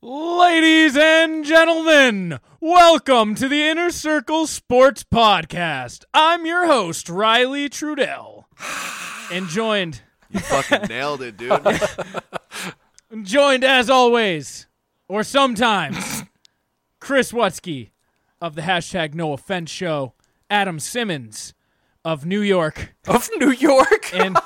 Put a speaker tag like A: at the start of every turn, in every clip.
A: Ladies and gentlemen, welcome to the Inner Circle Sports Podcast. I'm your host, Riley Trudell. And joined
B: You fucking nailed it, dude. All
A: joined as always, or sometimes, Chris Wutsky of the hashtag no offense show, Adam Simmons of New York,
C: of New York.
A: and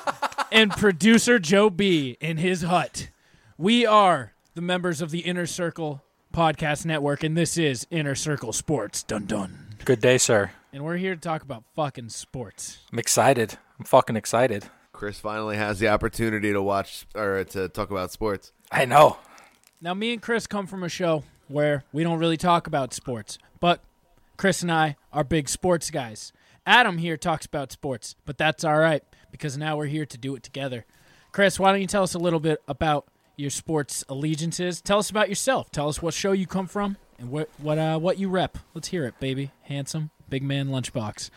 A: and producer Joe B in his hut. We are the members of the Inner Circle Podcast Network, and this is Inner Circle Sports. Dun dun.
C: Good day, sir.
A: And we're here to talk about fucking sports.
C: I'm excited. I'm fucking excited.
B: Chris finally has the opportunity to watch or to talk about sports.
C: I know.
A: Now, me and Chris come from a show where we don't really talk about sports, but Chris and I are big sports guys. Adam here talks about sports, but that's all right because now we're here to do it together. Chris, why don't you tell us a little bit about your sports allegiances? Tell us about yourself. Tell us what show you come from and what what uh, what you rep. Let's hear it, baby. Handsome, big man, lunchbox.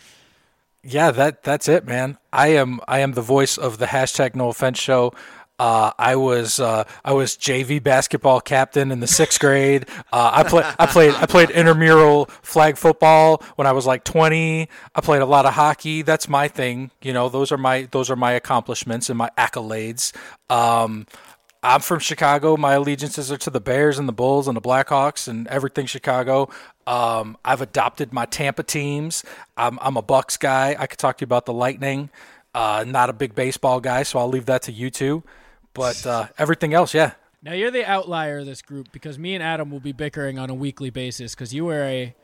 C: Yeah, that that's it, man. I am I am the voice of the hashtag No Offense Show. Uh, I was uh, I was JV basketball captain in the sixth grade. Uh, I play I played I played intramural flag football when I was like twenty. I played a lot of hockey. That's my thing. You know, those are my those are my accomplishments and my accolades. Um, I'm from Chicago. My allegiances are to the Bears and the Bulls and the Blackhawks and everything Chicago. Um, I've adopted my Tampa teams. I'm, I'm a Bucks guy. I could talk to you about the Lightning. Uh, not a big baseball guy, so I'll leave that to you two. But uh, everything else, yeah.
A: Now you're the outlier of this group because me and Adam will be bickering on a weekly basis because you are a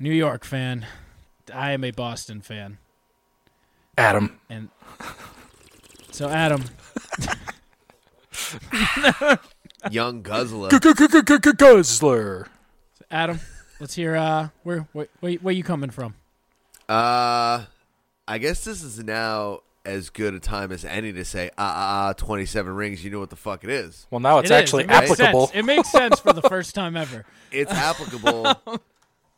A: New York fan, I am a Boston fan,
C: Adam,
A: and so Adam,
B: Young Guzzler.
C: Guzzler.
A: Adam, let's hear uh, where where where, where you coming from?
B: Uh, I guess this is now as good a time as any to say, ah, ah, ah, 27 rings. You know what the fuck it is.
C: Well, now it's
A: It is.
C: actually
A: It makes
C: applicable.
A: sense. It makes sense for the first time ever.
B: It's applicable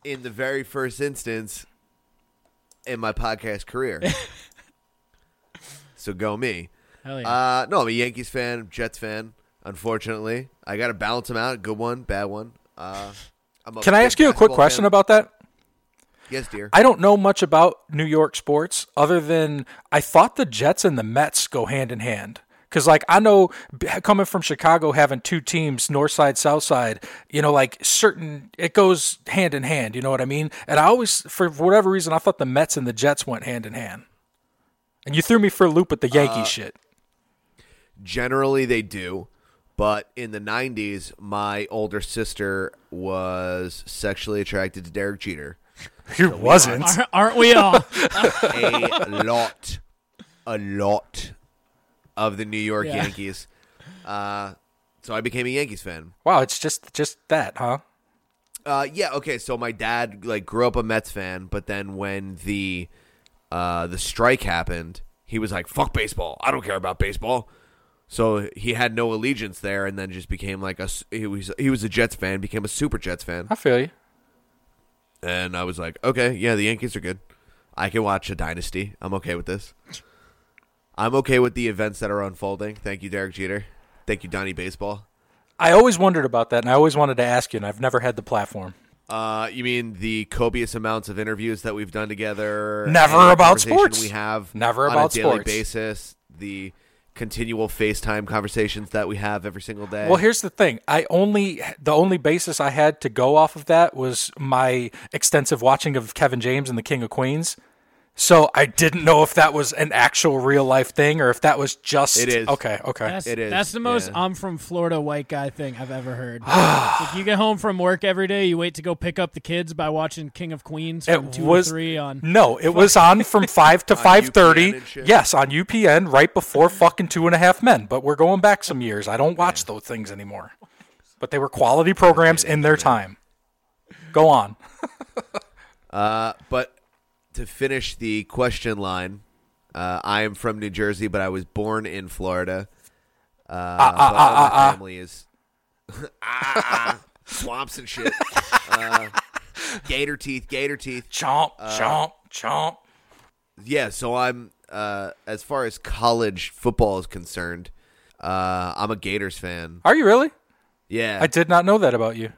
B: in the very first instance in my podcast career. so go me.
A: Hell yeah.
B: Uh, no, I'm a Yankees fan, Jets fan. Unfortunately, I got to balance them out. Good one, bad one. Uh, I'm
C: Can I
B: big
C: ask you a quick
B: basketball
C: question
B: fan.
C: about that?
B: Yes, dear.
C: I don't know much about New York sports other than I thought the Jets and the Mets go hand in hand. Cause like I know b- coming from Chicago, having two teams, North Side, South Side, you know, like certain it goes hand in hand. You know what I mean? And I always, for whatever reason, I thought the Mets and the Jets went hand in hand. And you threw me for a loop with the Yankee shit.
B: Generally, they do, but in the '90s, my older sister was sexually attracted to Derek Jeter
C: You wasn't.
A: Aren't- Aren't we all?
B: a lot, a lot of the New York
A: Yeah.
B: Yankees. Uh, so I became a Yankees fan.
C: Wow, it's just just that, huh?
B: Uh, yeah. Okay. So my dad like grew up a Mets fan, but then when the uh, the strike happened, he was like, "Fuck baseball! I don't care about baseball." So he had no allegiance there, and then just became like a s- he was he was a Jets fan, became a super Jets fan,
C: I feel you.
B: and I was like, "Okay, yeah, the Yankees are good. I can watch a dynasty. I'm okay with this. I'm okay with the events that are unfolding. Thank you, Derek Jeter. Thank you, Donnie Baseball.
C: I always wondered about that, and I always wanted to ask you, and I've never had the platform.
B: Uh, you mean the copious amounts of interviews that we've done together?
C: Never
B: and the
C: about
B: conversation
C: sports.
B: We have
C: Never
B: on
C: about
B: a daily
C: sports.
B: basis. The continual FaceTime conversations that we have every single day.
C: Well, here's the thing. I only the only basis I had to go off of that was my extensive watching of Kevin James and the King of Queens. So I didn't know if that was an actual real life thing or if that was just
B: It is.
C: okay. Okay,
A: That's,
B: It is,
A: that's the most
B: yeah.
A: I'm from Florida white guy thing I've ever heard. It's like you get home from work every day, you wait to go pick up the kids by watching King of Queens from
C: it
A: two
C: was
A: or three on.
C: no, it was on from five to five
B: UPN
C: thirty.
B: and shit.
C: Yes, on UPN right before fucking Two and a Half Men. But we're going back some years. I don't watch those things anymore. But they were quality programs in their time. Go on.
B: Uh, but to finish the question line, uh, I am from New Jersey, but I was born in Florida. Uh,
C: Ah,
B: but all my family is Ah, ah, swamps and shit. uh, gator teeth, gator teeth.
C: Chomp, chomp, chomp.
B: yeah, so I'm uh, as far as college football is concerned, Uh, I'm a Gators fan.
C: Are you really?
B: Yeah,
C: I did not know that about you.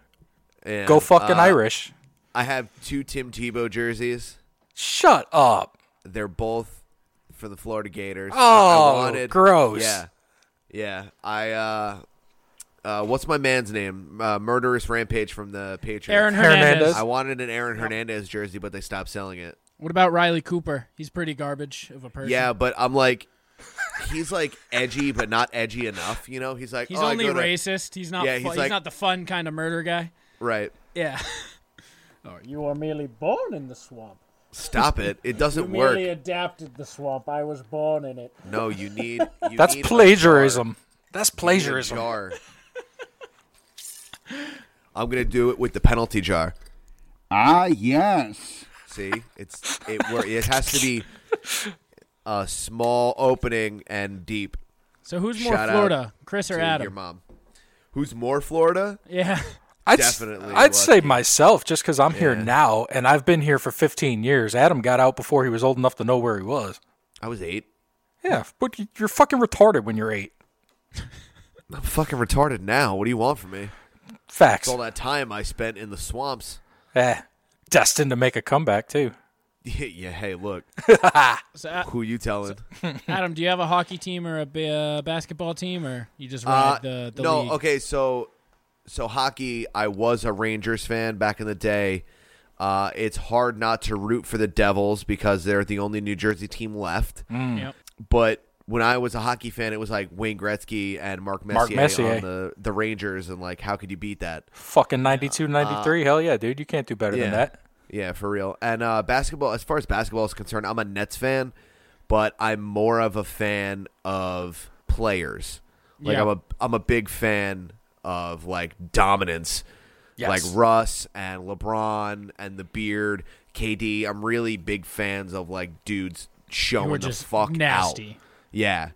B: and,
C: Go fucking
B: uh,
C: Irish.
B: I have two Tim Tebow jerseys.
C: Shut up.
B: They're both for the Florida Gators. I-
C: Oh,
B: I wanted,
C: gross.
B: Yeah, yeah. I uh, uh, what's my man's name? Uh, Murderous Rampage from the Patriots.
A: Aaron
C: Hernandez.
A: Hernandez.
B: I wanted an Aaron Hernandez jersey, but they stopped selling it.
A: What about Riley Cooper? He's pretty garbage of a person.
B: Yeah, but I'm like, he's like edgy, but not edgy enough. You know, he's like
A: He's
B: oh, I
A: only
B: go to-
A: racist. He's not.
B: Yeah,
A: fu-
B: he's
A: he's,
B: like-
A: not the fun kind of murder guy.
B: right.
A: Yeah. Oh, you are merely born in the swamp.
B: Stop it! It doesn't work.
A: adapted the swamp. I was born in it.
B: No, you need. You
C: That's
B: need a
C: plagiarism. That's
B: jar. You need a
C: plagiarism.
B: jar. I'm gonna do it with the penalty jar.
D: Ah, yes.
B: See, it's it. wor- It has to be a small opening and deep.
A: So who's more
B: Shout out
A: Florida, Chris or
B: to
A: Adam?
B: your mom, who's more Florida?
A: yeah.
C: I'd,
B: Definitely
C: I'd say
B: lucky.
C: myself just because I'm here
B: Yeah.
C: now and I've been here for 15 years. Adam got out before he was old enough to know where he was.
B: I was eight.
C: Yeah, but you- you're fucking retarded when you're eight.
B: I'm fucking retarded now. What do you want from me?
C: Facts.
B: All that time I spent in the swamps.
C: Eh, destined to make a comeback too.
B: yeah. Hey, look.
A: So, A-
B: Who you telling?
A: Adam, do you have a hockey team or a ba- uh, basketball team, or you just ride
B: Uh,
A: the, the
B: no,
A: league?
B: okay, so so hockey. I was a Rangers fan back in the day. Uh, it's hard not to root for the Devils because they're the only New Jersey team left.
A: Yep.
B: But when I was a hockey fan, it was like Wayne Gretzky and Mark Messier,
C: Mark Messier.
B: on the the Rangers, and like, how could you beat that?
C: Fucking 92, 93. Hell yeah, dude. You can't do better than that.
B: Yeah, for real. And uh, basketball, as far as basketball is concerned, I'm a Nets fan, but I'm more of a fan of players. Like
A: Yeah.
B: I'm a I'm a big fan of like dominance,
C: Yes.
B: like Russ and LeBron and the Beard, KD. I'm really big fans of like dudes showing
A: We're
B: the
A: just
B: fuck
A: nasty.
B: out. Yeah,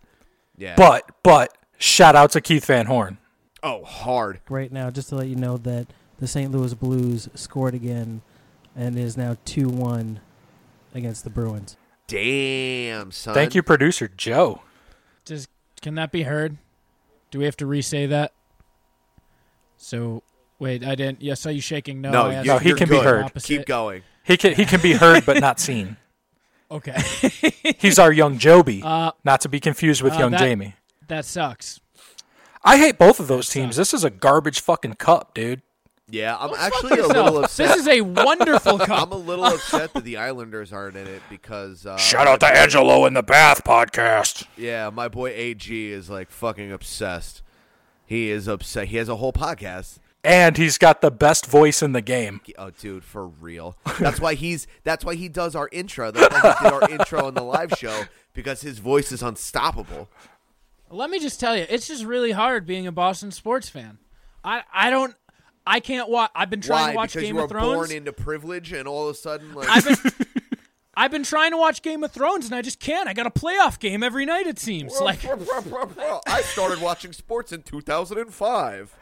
B: yeah.
C: But, but, shout out to Keith Van Horn.
B: oh, hard.
E: right now, just to let you know that the St. Louis Blues scored again and is now 2 1 against the Bruins.
B: Damn, son.
C: Thank you, producer Joe.
A: Does can that be heard? Do we have to re-say that? So wait, I didn't. Yeah, I saw you shaking. No,
B: No,
A: I asked
B: you,
C: Oh, No, he
B: you're
C: can be
B: good.
C: heard.
A: Opposite.
B: Keep going.
C: He can, he can be heard but not seen.
A: Okay,
C: He's our young Joby,
A: Uh,
C: not to be confused with
A: uh,
C: young
A: that-
C: Jamie.
A: that sucks.
C: I hate both of
A: uh,
C: those teams. This is a garbage fucking cup, dude.
B: Yeah, I'm actually a little upset.
A: This is a wonderful cup.
B: I'm a little upset that the Islanders aren't in it because uh,
C: out to Angelo in the Bath podcast.
B: Yeah, my boy AG is like fucking obsessed. He is upset. He has a whole podcast.
C: And he's got the best voice in the game.
B: Oh, dude, for real. That's why he's. That's why he does our intro. That's why he did our intro on the live show because his voice is unstoppable.
A: Let me just tell you, it's just really hard being a Boston sports fan. I I don't. I can't watch. I've been trying
B: Why?
A: to watch
B: because
A: Game
B: you
A: of
B: were
A: Thrones.
B: born into privilege, and all of a sudden, like,
A: I've been, I've been trying to watch Game of Thrones and I just can't. I got a playoff game every night. It seems like
B: I started watching sports in 2005.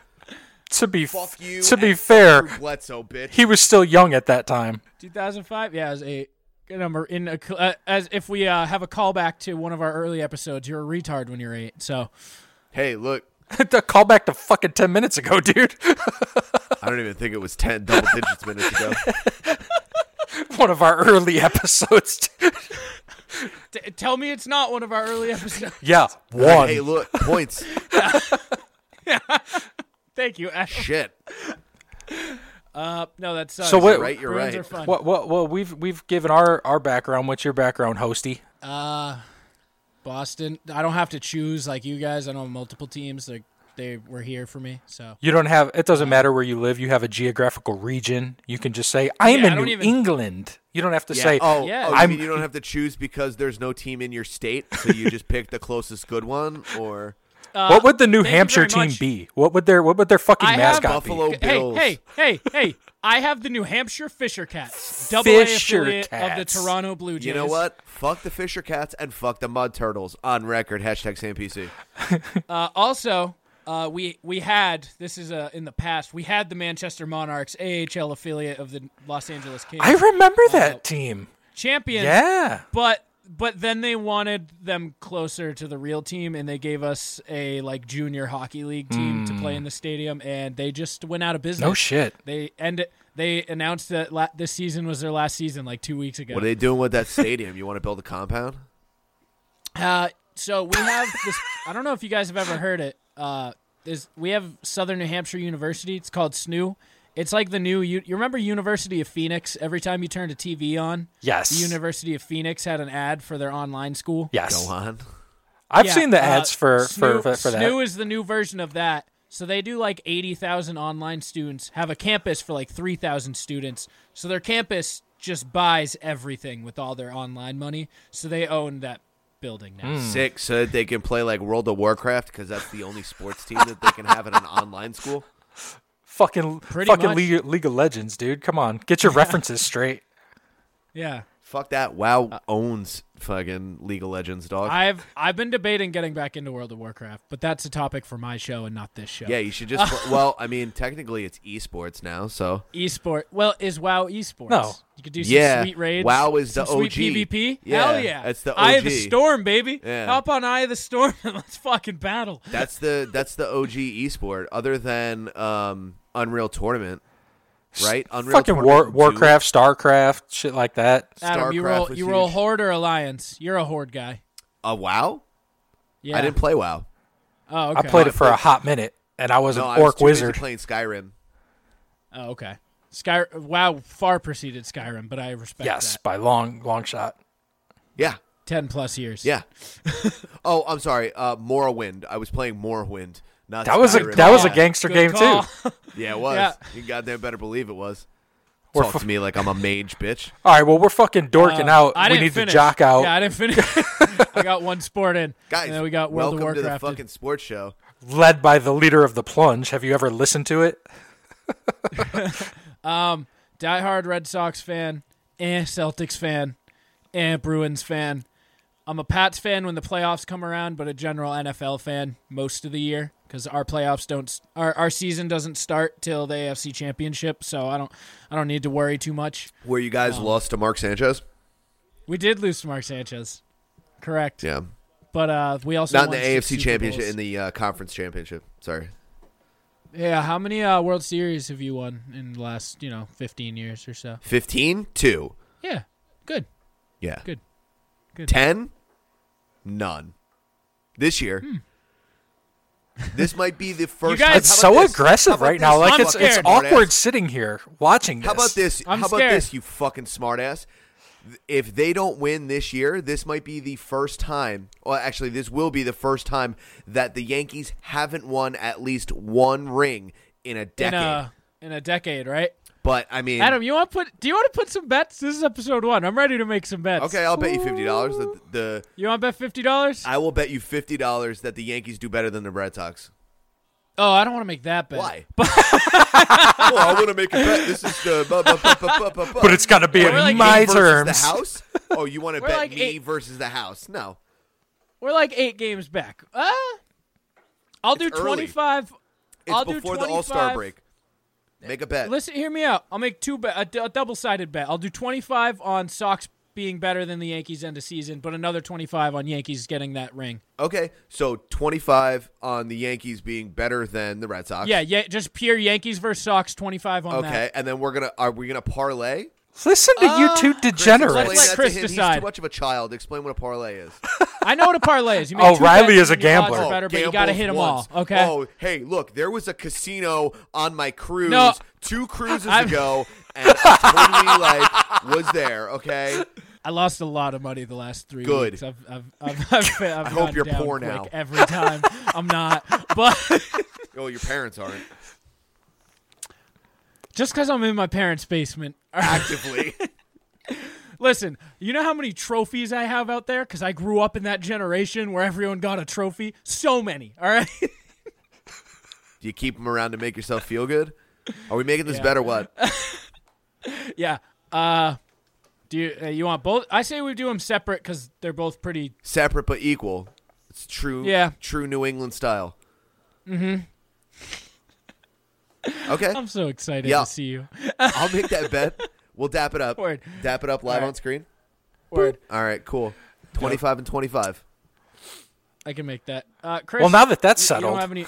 C: To be
B: Fuck you.
C: to be
B: and fuck
C: fair,
B: Drew Bledsoe, bitch.
C: he was still young at that time.
A: 2005. Yeah, as a good number in a, cl- uh, as if we uh, have a callback to one of our early episodes. You're a retard when you're eight. So
B: hey, look,
C: the call back to fucking 10 minutes ago, dude.
B: I don't even think it was 10 double digits minutes ago.
C: One of our early episodes.
A: t- tell me it's not one of our early episodes.
C: yeah, one.
B: Hey, look, points.
A: Thank you. Adam.
B: Shit.
A: Uh, no, that sucks.
C: So what- You're
B: right, you're
A: Bruins
B: right.
A: Are fun.
C: Well, well, well, we've we've given our, our background. What's your background, hosty?
A: Boston. I don't have to choose like you guys. I don't have multiple teams. Like they were here for me. So
C: You don't have. It doesn't matter where you live. You have a geographical region. You can just say I'm
A: Yeah, I
C: in
A: don't
C: New
A: even-
C: England. You don't have to
B: Yeah.
C: say
B: oh,
A: Yeah.
B: oh, you
C: I'm-
B: mean you don't have to choose because there's no team in your state, so you just pick the closest good one, or
C: what would the New
A: thank you
C: Hampshire
A: very
C: team
A: much.
C: be? What would their what would their fucking
A: I have-
C: mascot
B: Buffalo
C: be?
B: Bills.
A: Hey, hey, hey, hey! I have the New Hampshire Fisher Cats, double
C: Fisher
A: A affiliate of the
C: Cats.
A: Toronto Blue Jays.
B: you know what? Fuck the Fisher Cats and fuck the Mud Turtles on record. Hashtag same PC.
A: Uh, also, uh, we we had this is uh, in the past. We had the Manchester Monarchs AHL affiliate of the Los Angeles Kings,
C: I remember that team.
A: champions.
C: Yeah,
A: But but then they wanted them closer to the real team, and they gave us a like junior hockey league team to play in the stadium, and they just went out of business.
C: Hmm. No shit.
A: They end. They announced that la- this season was their last season, like two weeks ago.
B: What are they doing with that stadium? You want to build a compound?
A: Uh, so we have this. I don't know if you guys have ever heard it. Uh, there's, we have Southern New Hampshire University. It's called SNU. It's like the new. You, you remember University of Phoenix? Every time you turned a TV on,
C: Yes.
A: the University of Phoenix had an ad for their online school.
C: yes. Hmm.
B: Go on.
C: I've
A: Yeah,
C: seen the
A: uh,
C: ads for, for,
A: SNU
C: for, for that.
A: SNU is the new version of that. So they do like eighty thousand online students. Have a campus for like three thousand students. So their campus just buys everything with all their online money. So they own that building now.
C: Hmm.
B: Sick, so that they can play like World of Warcraft because that's the only sports team that they can have in an online school.
C: fucking
A: Pretty
C: fucking
A: much.
C: League, League of Legends, dude. Come on. Get your references straight.
A: Yeah.
B: Fuck that. WoW owns fucking League of Legends, dog.
A: I've I've been debating getting back into World of Warcraft, but that's a topic for my show and not this show.
B: yeah, you should just. pl- well, I mean, technically it's esports now, so
A: Esport. Well, is WoW esports?
C: No.
A: You could do some
B: Yeah.
A: sweet raids.
B: WoW is the
A: some sweet
B: OG.
A: PvP.
B: Yeah,
A: Hell yeah.
B: it's the
A: Eye of the
B: OG.
A: Storm, baby.
B: Yeah.
A: Hop on Eye of the Storm and let's fucking battle.
B: that's the that's the OG esport. Other than um, Unreal Tournament, right? Unreal
C: fucking War,
B: Tournament two,
C: Warcraft, StarCraft, shit like that.
A: Adam, you
B: StarCraft
A: roll
B: was
A: you roll
B: huge.
A: Horde or Alliance. You're a Horde guy.
B: Uh, WoW.
A: Yeah.
B: I didn't play WoW.
A: oh, okay.
C: I played it for a hot minute, and I was
B: No,
C: an
B: I was
C: orc
B: too busy
C: wizard.
B: playing Skyrim.
A: Oh, okay. Sky WoW far preceded Skyrim, but I respect
C: Yes,
A: that.
C: by long, long shot.
B: Yeah,
A: 10 plus years.
B: yeah. oh, I'm sorry. Uh, Morrowind. I was playing Morrowind. Not
C: That was a
B: Skyrim.
C: that was a
A: Yeah,
C: gangster
A: good
C: game
A: call.
C: too.
B: Yeah, it was.
A: Yeah.
B: You goddamn better believe it was.
C: We're
B: Talk to me like I'm a mage, bitch.
C: All right, well we're fucking dorking out.
A: Uh, I
C: we
A: didn't
C: need
A: finish.
C: to jock out.
A: Yeah, I didn't finish. I got one sport in.
B: Guys,
A: and then we got World
B: welcome
A: of
B: to the
A: Warcraft.
B: fucking sports show.
C: Led by the leader of the plunge. Have you ever listened to it?
A: Diehard Red Sox fan, and Celtics fan, and Bruins fan. I'm a Pats fan when the playoffs come around, but a general NFL fan most of the year because our playoffs don't s- our our season doesn't start till the AFC Championship, so I don't I don't need to worry too much.
B: Where you guys lost to Mark Sanchez?
A: We did lose to Mark Sanchez, correct?
B: Yeah.
A: But uh, we also
B: Not in
A: won
B: the
A: six
B: AFC
A: Super
B: championship,
A: Bowls.
B: in the uh, conference championship. Sorry.
A: Yeah, how many uh, World Series have you won in the last, you know, 15 years or so?
B: 15? 2.
A: Yeah, good.
B: Yeah.
A: Good. Good.
B: 10? None. This year. This might be the first.
A: Hmm. guys-
B: time-
C: It's
B: How
C: so
B: about this? How
C: aggressive
B: about
C: right now.
B: this?
C: Like
A: I'm
C: it's it's
A: scared,
C: awkward
B: smartass?
C: sitting here watching this.
B: How about this?
A: I'm
B: How about
A: scared.
B: this, you fucking smartass? If they don't win this year, this might be the first time. Well, actually, this will be the first time that the Yankees haven't won at least one ring in a
A: In
B: decade.
A: a, in a decade, right?
B: but I mean,
A: Adam, you want to put? Do you want to put some bets? This is episode one. I'm ready to make some bets.
B: okay, I'll bet you fifty dollars that the
A: You want to bet fifty dollars?
B: I will bet you fifty dollars that the Yankees do better than the Red Sox.
A: Oh, I don't want to make that bet.
B: Why? well, I want to make a bet. This is the bu- bu- bu- bu- bu- bu- bu-
C: But it's got to be
A: We're like
C: in my
B: Me versus
C: terms.
B: The house? Oh, you want to
A: We're
B: bet
A: like
B: me
A: eight-
B: versus the house? No.
A: We're like eight games back. Uh, I'll do
B: It's early.
A: twenty five.
B: It's
A: I'll do
B: before the All
A: 25.
B: Star break. Make a bet.
A: Listen, hear me out. I'll make two bet a, d- a double sided bet. I'll do twenty five on Sox being better than the Yankees end of season, but another twenty five on Yankees getting that ring.
B: Okay, so 25 on the Yankees being better than the Red Sox.
A: Yeah, yeah, just pure Yankees versus Sox twenty five on
B: Okay,
A: that.
B: and then we're gonna are we gonna parlay?
C: Listen to
A: Uh,
C: you
B: Explain
C: two
A: Let's let
C: degenerates.
B: that
A: Chris
B: to him. He's
A: decide.
B: too much of a child. Explain what a parlay is.
A: I know what a parlay is. You make
C: Oh,
A: two
C: Riley
A: bets
C: is a
A: and your odds are
C: gambler.
A: Better, but you got to
B: gambles
A: hit them
B: Oh, once.
A: all. Okay.
B: Oh, hey, look, there was a casino on my cruise
A: No.
B: two cruises
A: I'm-
B: ago, and I totally like was there. Okay,
A: I lost a lot of money the last three
B: Good.
A: weeks. I've, I've, I've, I've, I've
B: hope
A: gone
B: you're
A: down
B: poor
A: quick
B: now.
A: Every time I'm not, but
B: oh, your parents aren't
A: just because I'm in my parents' basement.
B: actively.
A: Listen, you know how many trophies I have out there? Because I grew up in that generation where everyone got a trophy. So many. All right.
B: Do you keep them around to make yourself feel good? Are we making this
A: Yeah.
B: better? What?
A: yeah. Uh, do you, uh, you want both? I say we do them separate because they're both pretty.
B: Separate but equal. It's true.
A: Yeah.
B: True New England style. Mm-hmm. Okay.
A: I'm so excited
B: Yeah.
A: to see you.
B: I'll make that bet. We'll dap it up.
A: Word.
B: Dap it up live
A: Alright.
B: on screen.
A: Word.
B: All right, cool. 25 and 25.
A: I can make that. Uh, Chris,
C: Well, now that that's
A: you- You
C: settled,
A: don't have any.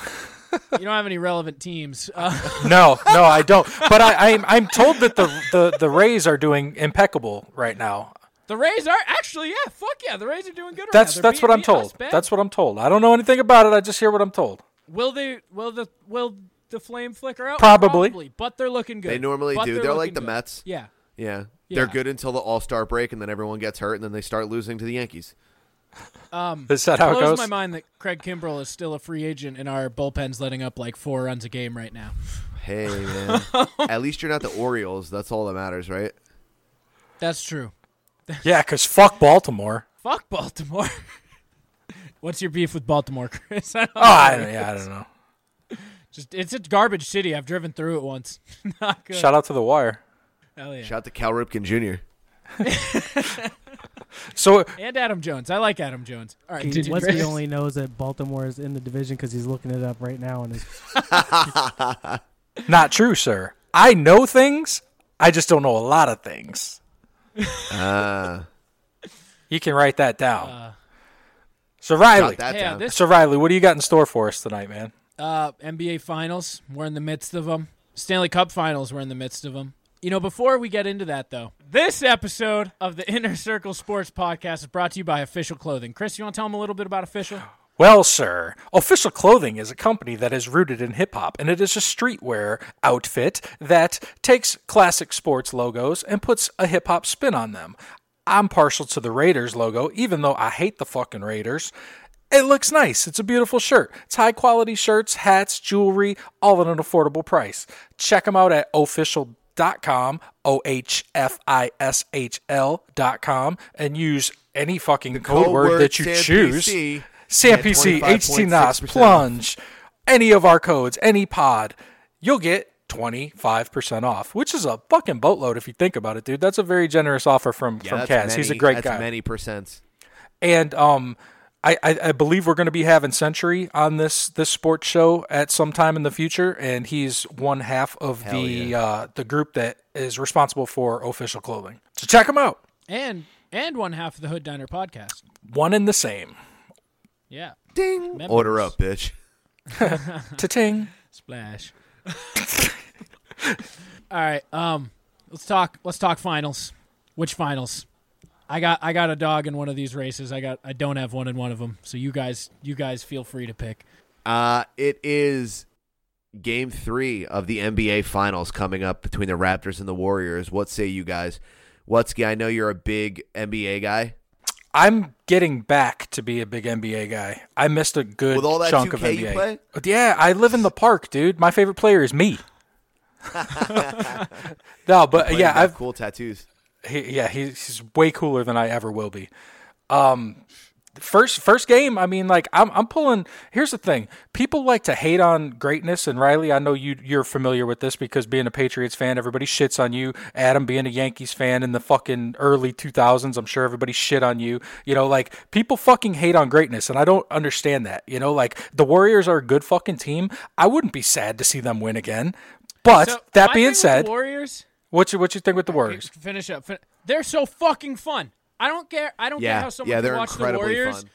A: you don't have any relevant teams. Uh,
C: no, no, I don't. But I, I'm I'm told that the, the the Rays are doing impeccable right now.
A: the Rays are actually, yeah, fuck yeah, the Rays are doing good. right
C: That's
A: now. They're
C: that's
A: beating
C: what I'm
A: the us
C: told.
A: bad.
C: That's what I'm told. I don't know anything about it. I just hear what I'm told.
A: will they? Will the will the flame flicker out?
C: Probably.
A: but they're looking good.
B: They normally
A: But
B: do. They're like
A: looking
B: the
A: good.
B: Mets.
A: Yeah,
B: Yeah.
A: Yeah.
B: They're good until the All Star break, and then everyone gets hurt, and then they start losing to the Yankees.
C: Is that how it
A: blows
C: goes?
A: my mind that Craig Kimbrell is still a free agent, and our bullpen's letting up like four runs a game right now.
B: Hey, man. At least you're not the Orioles. That's all that matters, right?
A: That's true.
C: Yeah, because fuck Baltimore.
A: Fuck Baltimore. What's your beef with Baltimore, Chris? I don't
C: Oh, I, yeah, I don't know.
A: Just it's a garbage city. I've driven through it once. Not good.
C: Shout out to the Wire.
A: Hell yeah.
B: Shout out to Cal Ripken Jr.
C: So
A: and Adam Jones. I like Adam Jones. All right,
E: He,
A: continue,
E: Wesley
A: Chris.
E: only knows that Baltimore is in the division because he's looking it up right now on his
C: not true, sir. I know things. I just don't know a lot of things.
B: Uh,
C: You can write that down. so Riley,
B: jot that
A: Hey,
B: down.
A: this-
C: so Riley, what do you got in store for us tonight, man?
A: uh, NBA Finals. We're in the midst of them. Stanley Cup Finals. We're in the midst of them. You know, before we get into that, though, this episode of the Inner Circle Sports Podcast is brought to you by Official Clothing. Chris, you want to tell them a little bit about Official?
C: Well, sir, Official Clothing is a company that is rooted in hip hop, and it is a streetwear outfit that takes classic sports logos and puts a hip hop spin on them. I'm partial to the Raiders logo, even though I hate the fucking Raiders. It looks nice. It's a beautiful shirt. It's high quality shirts, hats, jewelry, all at an affordable price. Check them out at official.com, O H F I S H L.com, and use any fucking code word,
B: word
C: that you
B: Sam
C: choose.
B: PC.
C: Sam
B: At
C: PC,
B: 25.6%
C: HT NAS,
B: off.
C: Plunge, any of our codes, any pod, you'll get 25% off, which is a fucking boatload if you think about it, dude. That's a very generous offer from,
B: Yeah,
C: from Kaz.
B: that's
C: He's a
B: many-
C: great
B: that's
C: guy.
B: many percents.
C: And um, I, I, I believe we're going to be having Century on this this sports show at some time in the future, and he's one half of the uh, the group that is responsible for official clothing. So check him out.
A: And and one half of the Hood Diner podcast.
C: One and the same.
A: Yeah.
B: Ding.
A: Members.
B: Order up, bitch.
C: Ta-ting.
A: Splash. All right. Um, let's talk. Let's talk finals. Which finals? I got. I got a dog in one of these races. I got. I don't have one in one of them. So you guys. You guys feel free to pick.
B: Uh, it is game three of the NBA Finals coming up between the Raptors and the Warriors. What say you guys? Wutzke, I know you're a big NBA guy.
C: I'm getting back to be a big NBA guy. I missed a good
B: With all that
C: chunk of
B: 2K
C: NBA.
B: you play?
C: Yeah, I live in the park, dude. My favorite player is me. no,
A: Uh,
C: but
B: Playing
C: yeah,
B: with
C: I've
B: cool tattoos.
C: he, yeah, he's, he's way cooler than I ever will be. Um, first first game, I mean, like I'm I'm pulling. Here's the thing: people like to hate on greatness, and Riley, I know you you're familiar with this because being a Patriots fan, everybody shits on you. Adam, being a Yankees fan in the fucking early 2000s, I'm sure everybody shit on you. You know, like people fucking hate on greatness, and I don't understand that. You know, like the Warriors are a good fucking team. I wouldn't be sad to see them win again. But
A: So, my
C: that
A: thing
C: being
A: with
C: said,
A: the Warriors.
C: what you what you think with the Warriors?
A: Finish up. Fin- they're so fucking fun. I don't care. I don't care
B: Yeah,
A: how someone
B: yeah,
A: can
B: they're
A: watch the
B: incredibly
A: Warriors.
B: fun.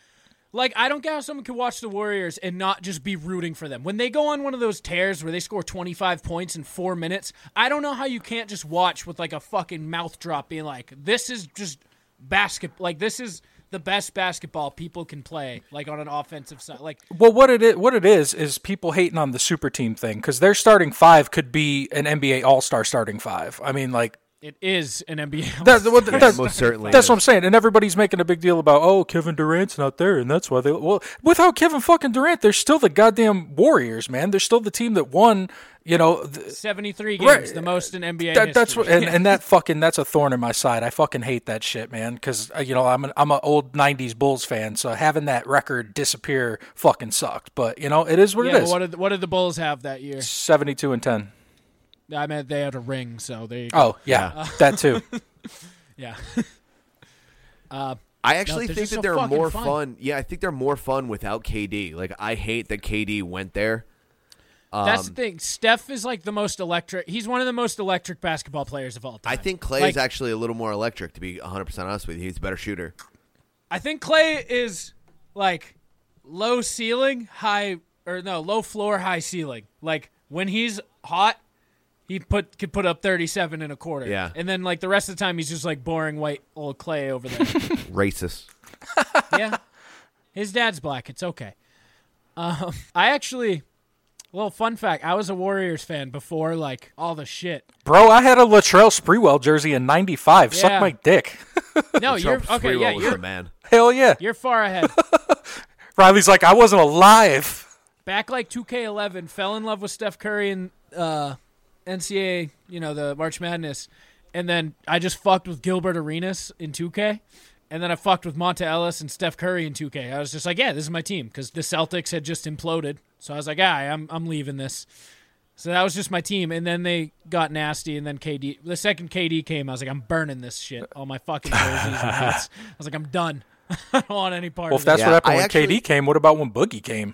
A: Like I don't get how someone can watch the Warriors and not just be rooting for them. When they go on one of those tears where they score 25 points in 4 minutes, I don't know how you can't just watch with like a fucking mouth drop being like, "This is just basket like this is the best basketball people can play like on an offensive side." Like
C: Well, what it is, what it is is people hating on the super team thing because their starting five could be an NBA All Star starting five. I mean, like
A: it is an NBA.
C: that's what that's,
B: most certainly
C: that's
B: is.
C: what I'm saying, and everybody's making a big deal about oh Kevin Durant's not there, and that's why they well without Kevin fucking Durant, they're still the goddamn Warriors, man. They're still the team that won. You know, th-
A: 73 games,
C: Right.
A: the most in NBA
C: that, that's
A: history.
C: what, and, and that fucking that's a thorn in my side. I fucking hate that shit, man. Because you know I'm an I'm an old '90s Bulls fan, so having that record disappear fucking sucked. But you know it is what
A: yeah,
C: it
A: but
C: is.
A: what did, what did the Bulls have that year?
C: 72 and 10.
A: I meant they had a ring, so they.
C: Oh, yeah. That too.
A: Yeah.
B: I actually
A: they're
B: think
A: just
B: that
A: so
B: they're
A: fucking
B: more
A: fun.
B: fun. Yeah, I think they're more fun without KD. Like I hate that KD went there. um,
A: That's the thing. Steph is like the most electric. He's one of the most electric basketball players of all time.
B: I think Clay
A: Like-
B: is actually a little more electric. To be 100 percent honest with you, he's a better shooter.
A: I think Clay is like low ceiling, high or no, low floor, high ceiling. Like when he's hot, he put could put up 37 and a quarter.
B: Yeah.
A: And then like the rest of the time he's just like boring white old Clay over there.
B: Racist.
A: yeah. His dad's black. It's okay. Um, I actually well, fun fact, I was a Warriors fan before like all the shit.
C: Bro, I had a Latrell Sprewell jersey in 95.
A: Yeah.
C: Suck my dick.
A: No, Oh, you're
B: Trump
A: okay, yeah,
B: was the
A: you're,
B: man.
C: Hell yeah.
A: you're far ahead.
C: Riley's like, I wasn't alive.
A: back like 2K11, fell in love with Steph Curry and uh, NCAA, you know, the March Madness, and then I just fucked with Gilbert Arenas in 2K, and then I fucked with Monta Ellis and Steph Curry in 2K. I was just like, yeah, this is my team because the Celtics had just imploded, so I was like, ah, I'm I'm leaving this. So that was just my team, and then they got nasty, and then KD. The second KD came, I was like, I'm burning this shit. All my fucking jerseys and hats. I was like, I'm done. I don't want any part
C: Well,
A: of
C: if
A: this.
C: that's
B: Yeah,
C: what happened
B: I
C: when
B: actually-
C: KD came, what about when Boogie came?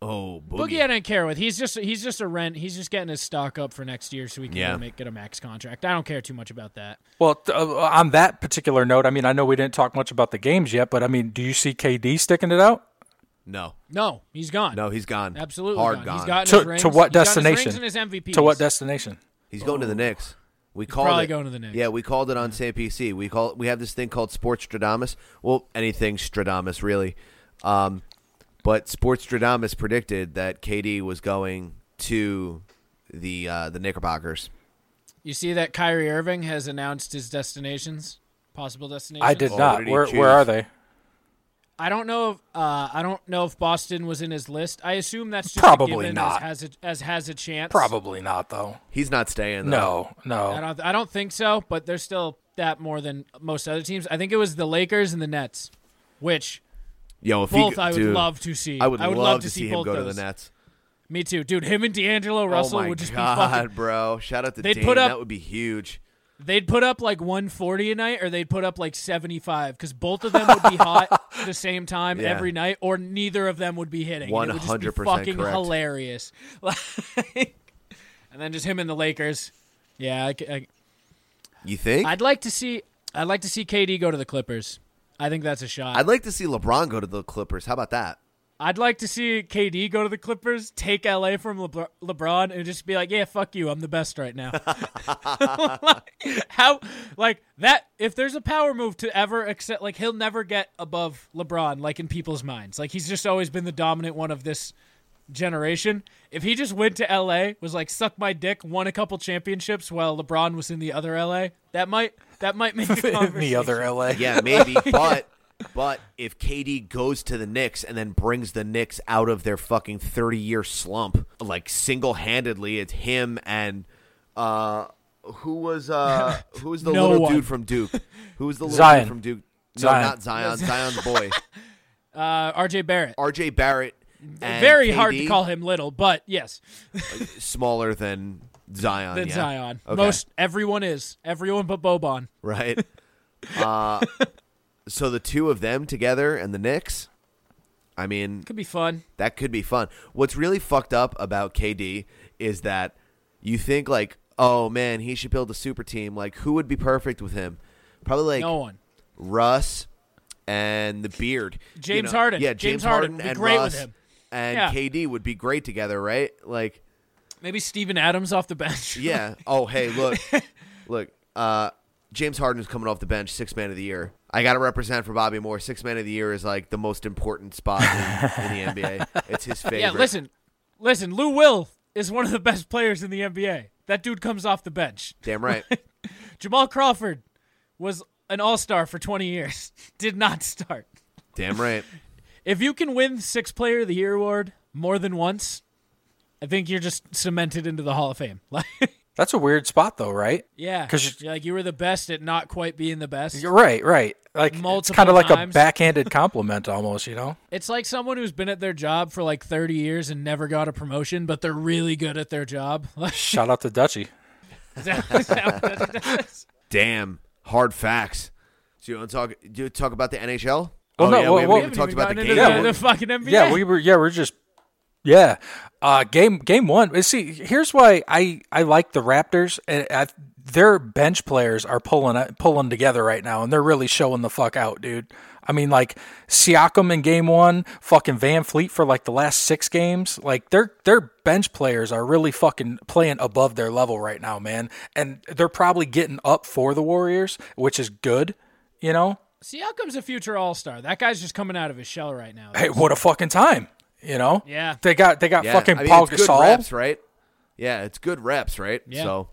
B: Oh, boogie.
A: Boogie, I don't care with. He's just he's just a rent. He's just getting his stock up for next year, so we can
B: Yeah.
A: go make, get a max contract. I don't care too much about that.
C: Well, t- uh, on that particular note, I mean, I know we didn't talk much about the games yet, but I mean, do you see KD sticking it out?
B: No,
A: No, he's gone.
B: no, he's gone.
A: absolutely
B: hard
A: gone.
B: gone.
A: He's gotten
C: To-
A: his rings.
C: to what
A: He's gotten
C: destination?
A: His rings and his MVPs.
C: To what destination?
B: He's going to the Knicks. We called
A: Oh. probably
B: it.
A: going to the Knicks.
B: Yeah, we called it on Sam PC. We call we have this thing called Sports Stradamus. Well, anything Stradamus really, um, but Sports Stradamus predicted that KD was going to the uh, the Knickerbockers.
A: you see that Kyrie Irving has announced his destinations, possible destinations.
C: I
B: Oh,
C: did
B: what
C: not.
B: did he
C: where,
B: choose?
C: where are they?
A: I don't know. If, uh, I don't know if Boston was in his list. I assume that's just a
C: Probably
A: given as
C: not.
A: Has a, as has a chance.
C: Probably not, though.
B: He's not staying. Though.
C: No,
A: I
C: no.
A: don't. I don't think so. But they're still that more than most other teams. I think it was the Lakers and the Nets, which
B: yo, if
A: Both
B: he,
A: I would
B: dude,
A: love to see.
B: I would,
A: love, to see,
B: him
A: both
B: go
A: those.
B: to the Nets.
A: Me too, dude. Him and D'Angelo Russell
B: oh my
A: would just
B: god,
A: be fucking.
B: bro! Shout out to
A: They'd
B: Dame.
A: put up-
B: that would be huge.
A: They'd put up like 140 a night, or they'd put up like 75, because both of them would be hot at the same time
B: Yeah.
A: every night, or neither of them would be hitting. and it would just be
B: 100%
A: fucking
B: correct.
A: hilarious. Like- and then just him and the Lakers. Yeah, I, c- I-
B: You think?
A: I'd like to see. I'd like to see KD go to the Clippers. I think that's a shot.
B: I'd like to see LeBron go to the Clippers. How about that?
A: I'd like to see KD go to the Clippers, take LA from Lebr- LeBron, and just be like, "Yeah, fuck you, I'm the best right now." Like, how like that? If there's a power move to ever accept, like he'll never get above LeBron, like in people's minds. Like he's just always been the dominant one of this generation. If he just went to LA, was like, "Suck my dick," won a couple championships while LeBron was in the other LA, that might that might make the
C: In the
A: conversation.
C: other LA.
B: Yeah, maybe, but but if KD goes to the Knicks and then brings the Knicks out of their fucking thirty year slump, like single handedly, it's him and uh who was uh who was the
A: No
B: little
A: one.
B: dude from Duke? Who was the little
C: Zion.
B: dude from Duke? No,
C: Zion.
B: not Zion. Zion's boy,
A: uh, RJ Barrett.
B: RJ Barrett. and
A: Very hard to
B: KD,
A: call him little, but yes.
B: Smaller than Zion.
A: than
B: yeah.
A: Zion.
B: Okay.
A: Most everyone is everyone but Boban.
B: right? uh, so the two of them together and the Knicks. I mean,
A: Could be fun.
B: That could be fun. What's really fucked up about KD is that you think like, oh man, he should build a super team. Like, who would be perfect with him? Probably like
A: no one.
B: Russ and the Beard, You
A: James
B: know-
A: Harden.
B: Yeah,
A: James
B: James,
A: Harden would be
B: and
A: great with
B: Russ
A: him.
B: and
A: Yeah.
B: KD would be great together, right? Like,
A: Maybe Steven Adams off the bench.
B: yeah. Oh, hey, look, look. Uh, James Harden's coming off the bench, six man of the year. I got to represent for Bobby Moore. Six man of the year is like the most important spot in, in the NBA. It's his favorite.
A: yeah, listen. Listen, Lou Will is one of the best players in the NBA. That dude comes off the bench.
B: Damn right.
A: Jamal Crawford was an all-star for 20 years. Did not start.
B: Damn right.
A: If you can win six player of the year award more than once, I think you're just cemented into the Hall of Fame. Like
C: That's a weird spot, though, right?
A: yeah.
C: 'Cause you-
A: You're like you were the best at not quite being the best.
C: You're right, right. Like, it's
A: Multiple
C: kind of like
A: times.
C: a backhanded compliment almost, you know?
A: It's like someone who's been at their job for like 30 years and never got a promotion, but they're really good at their job. Is
C: Shout out to Dutchy.
A: that- is that what that is?
B: Damn, hard facts. So you want to talk? Do you talk about the NHL?
C: Well,
B: oh
C: no,
B: yeah,
C: well,
B: we haven't
C: well-
B: even talked about the
A: Gotten
B: game.
A: into
C: Yeah,
A: the,
C: well-
A: the fucking NBA.
C: Yeah, we were. Yeah, we're just. Yeah, uh, game game one. But See, here's why I I like the Raptors. And I, their bench players are pulling pulling together right now, and they're really showing the fuck out, dude. I mean, like Siakam in game one, fucking Van Fleet for like the last six games. Like their their bench players are really fucking playing above their level right now, man. And they're probably getting up for the Warriors, which is good, you know.
A: Siakam's a future All Star. That guy's just coming out of his shell right now.
C: Hey, what a fucking time, you know.
A: Yeah.
C: they got they got
B: Yeah,
C: fucking
B: I mean,
C: Paul
B: it's good
C: Gasol.
B: reps, right? Yeah, it's good reps, right?
A: Yeah.
B: So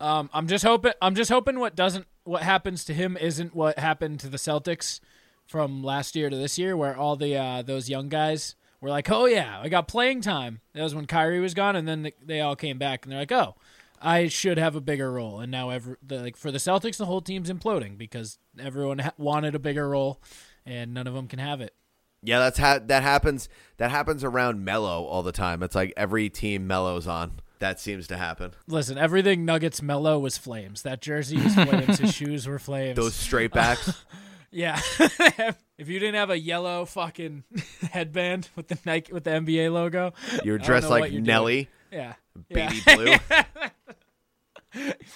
A: Um, I'm just hoping. I'm just hoping what doesn't what happens to him isn't what happened to the Celtics from last year to this year, where all the uh, those young guys were like, "Oh yeah, I got playing time." That was when Kyrie was gone, and then th- they all came back, and they're like, "Oh, I should have a bigger role." And now, every the, like for the Celtics, the whole team's imploding because everyone ha- wanted a bigger role, and none of them can have it.
B: yeah, that's ha- that happens. That happens around Mello all the time. It's like every team Mello's on. That seems to happen.
A: Listen, everything Nuggets Mello was flames. That jersey was flames. His shoes were flames.
B: Those straight backs.
A: Yeah. if you didn't have a yellow fucking headband with the Nike with the NBA logo,
B: You're
A: don't
B: dressed
A: know
B: like
A: what you're doing.
B: Nelly,
A: yeah. Yeah.
B: baby blue.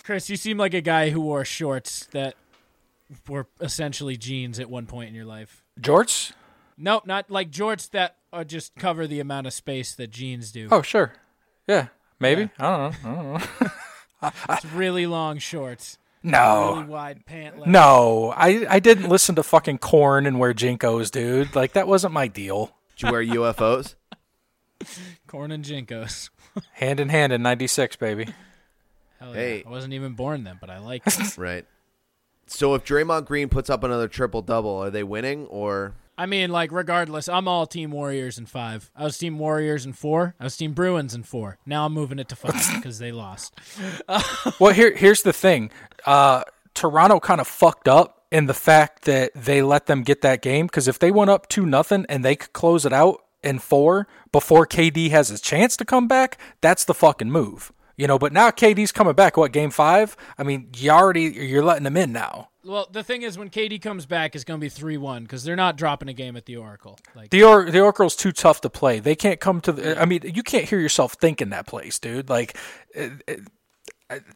A: Chris, you seem like a guy who wore shorts that were essentially jeans at one point in your life.
C: Jorts?
A: Nope, not like jorts that are just cover the amount of space that jeans do.
C: Oh sure, yeah, maybe. I don't know. I don't know.
A: It's really long shorts,
C: No,
A: really wide pant leg.
C: No, I I didn't listen to fucking corn and wear jinkos, dude. Like that wasn't my deal.
B: Do you wear UFOs?
A: Corn and jinkos.
C: Hand in hand in '96, baby.
A: Hell yeah.
B: Hey.
A: I wasn't even born then, but I like it.
B: Right. So if Draymond Green puts up another triple double, are they winning or
A: I mean, like, regardless, I'm all Team Warriors in five. I was Team Warriors in four. I was Team Bruins in four. Now I'm moving it to five because they lost.
C: Well, here here's the thing. Uh, Toronto kind of fucked up in the fact that they let them get that game because if they went up two nothing and they could close it out in four before KD has his chance to come back, that's the fucking move. You know, but now KD's coming back. What game five? I mean, you already you're letting them in now.
A: Well, the thing is, when KD comes back, it's going to be 3 1 because they're not dropping a game at the Oracle. Like,
C: The or- the Oracle's too tough to play. They can't come to the. I mean, you can't hear yourself thinking that place, dude. Like, it, it,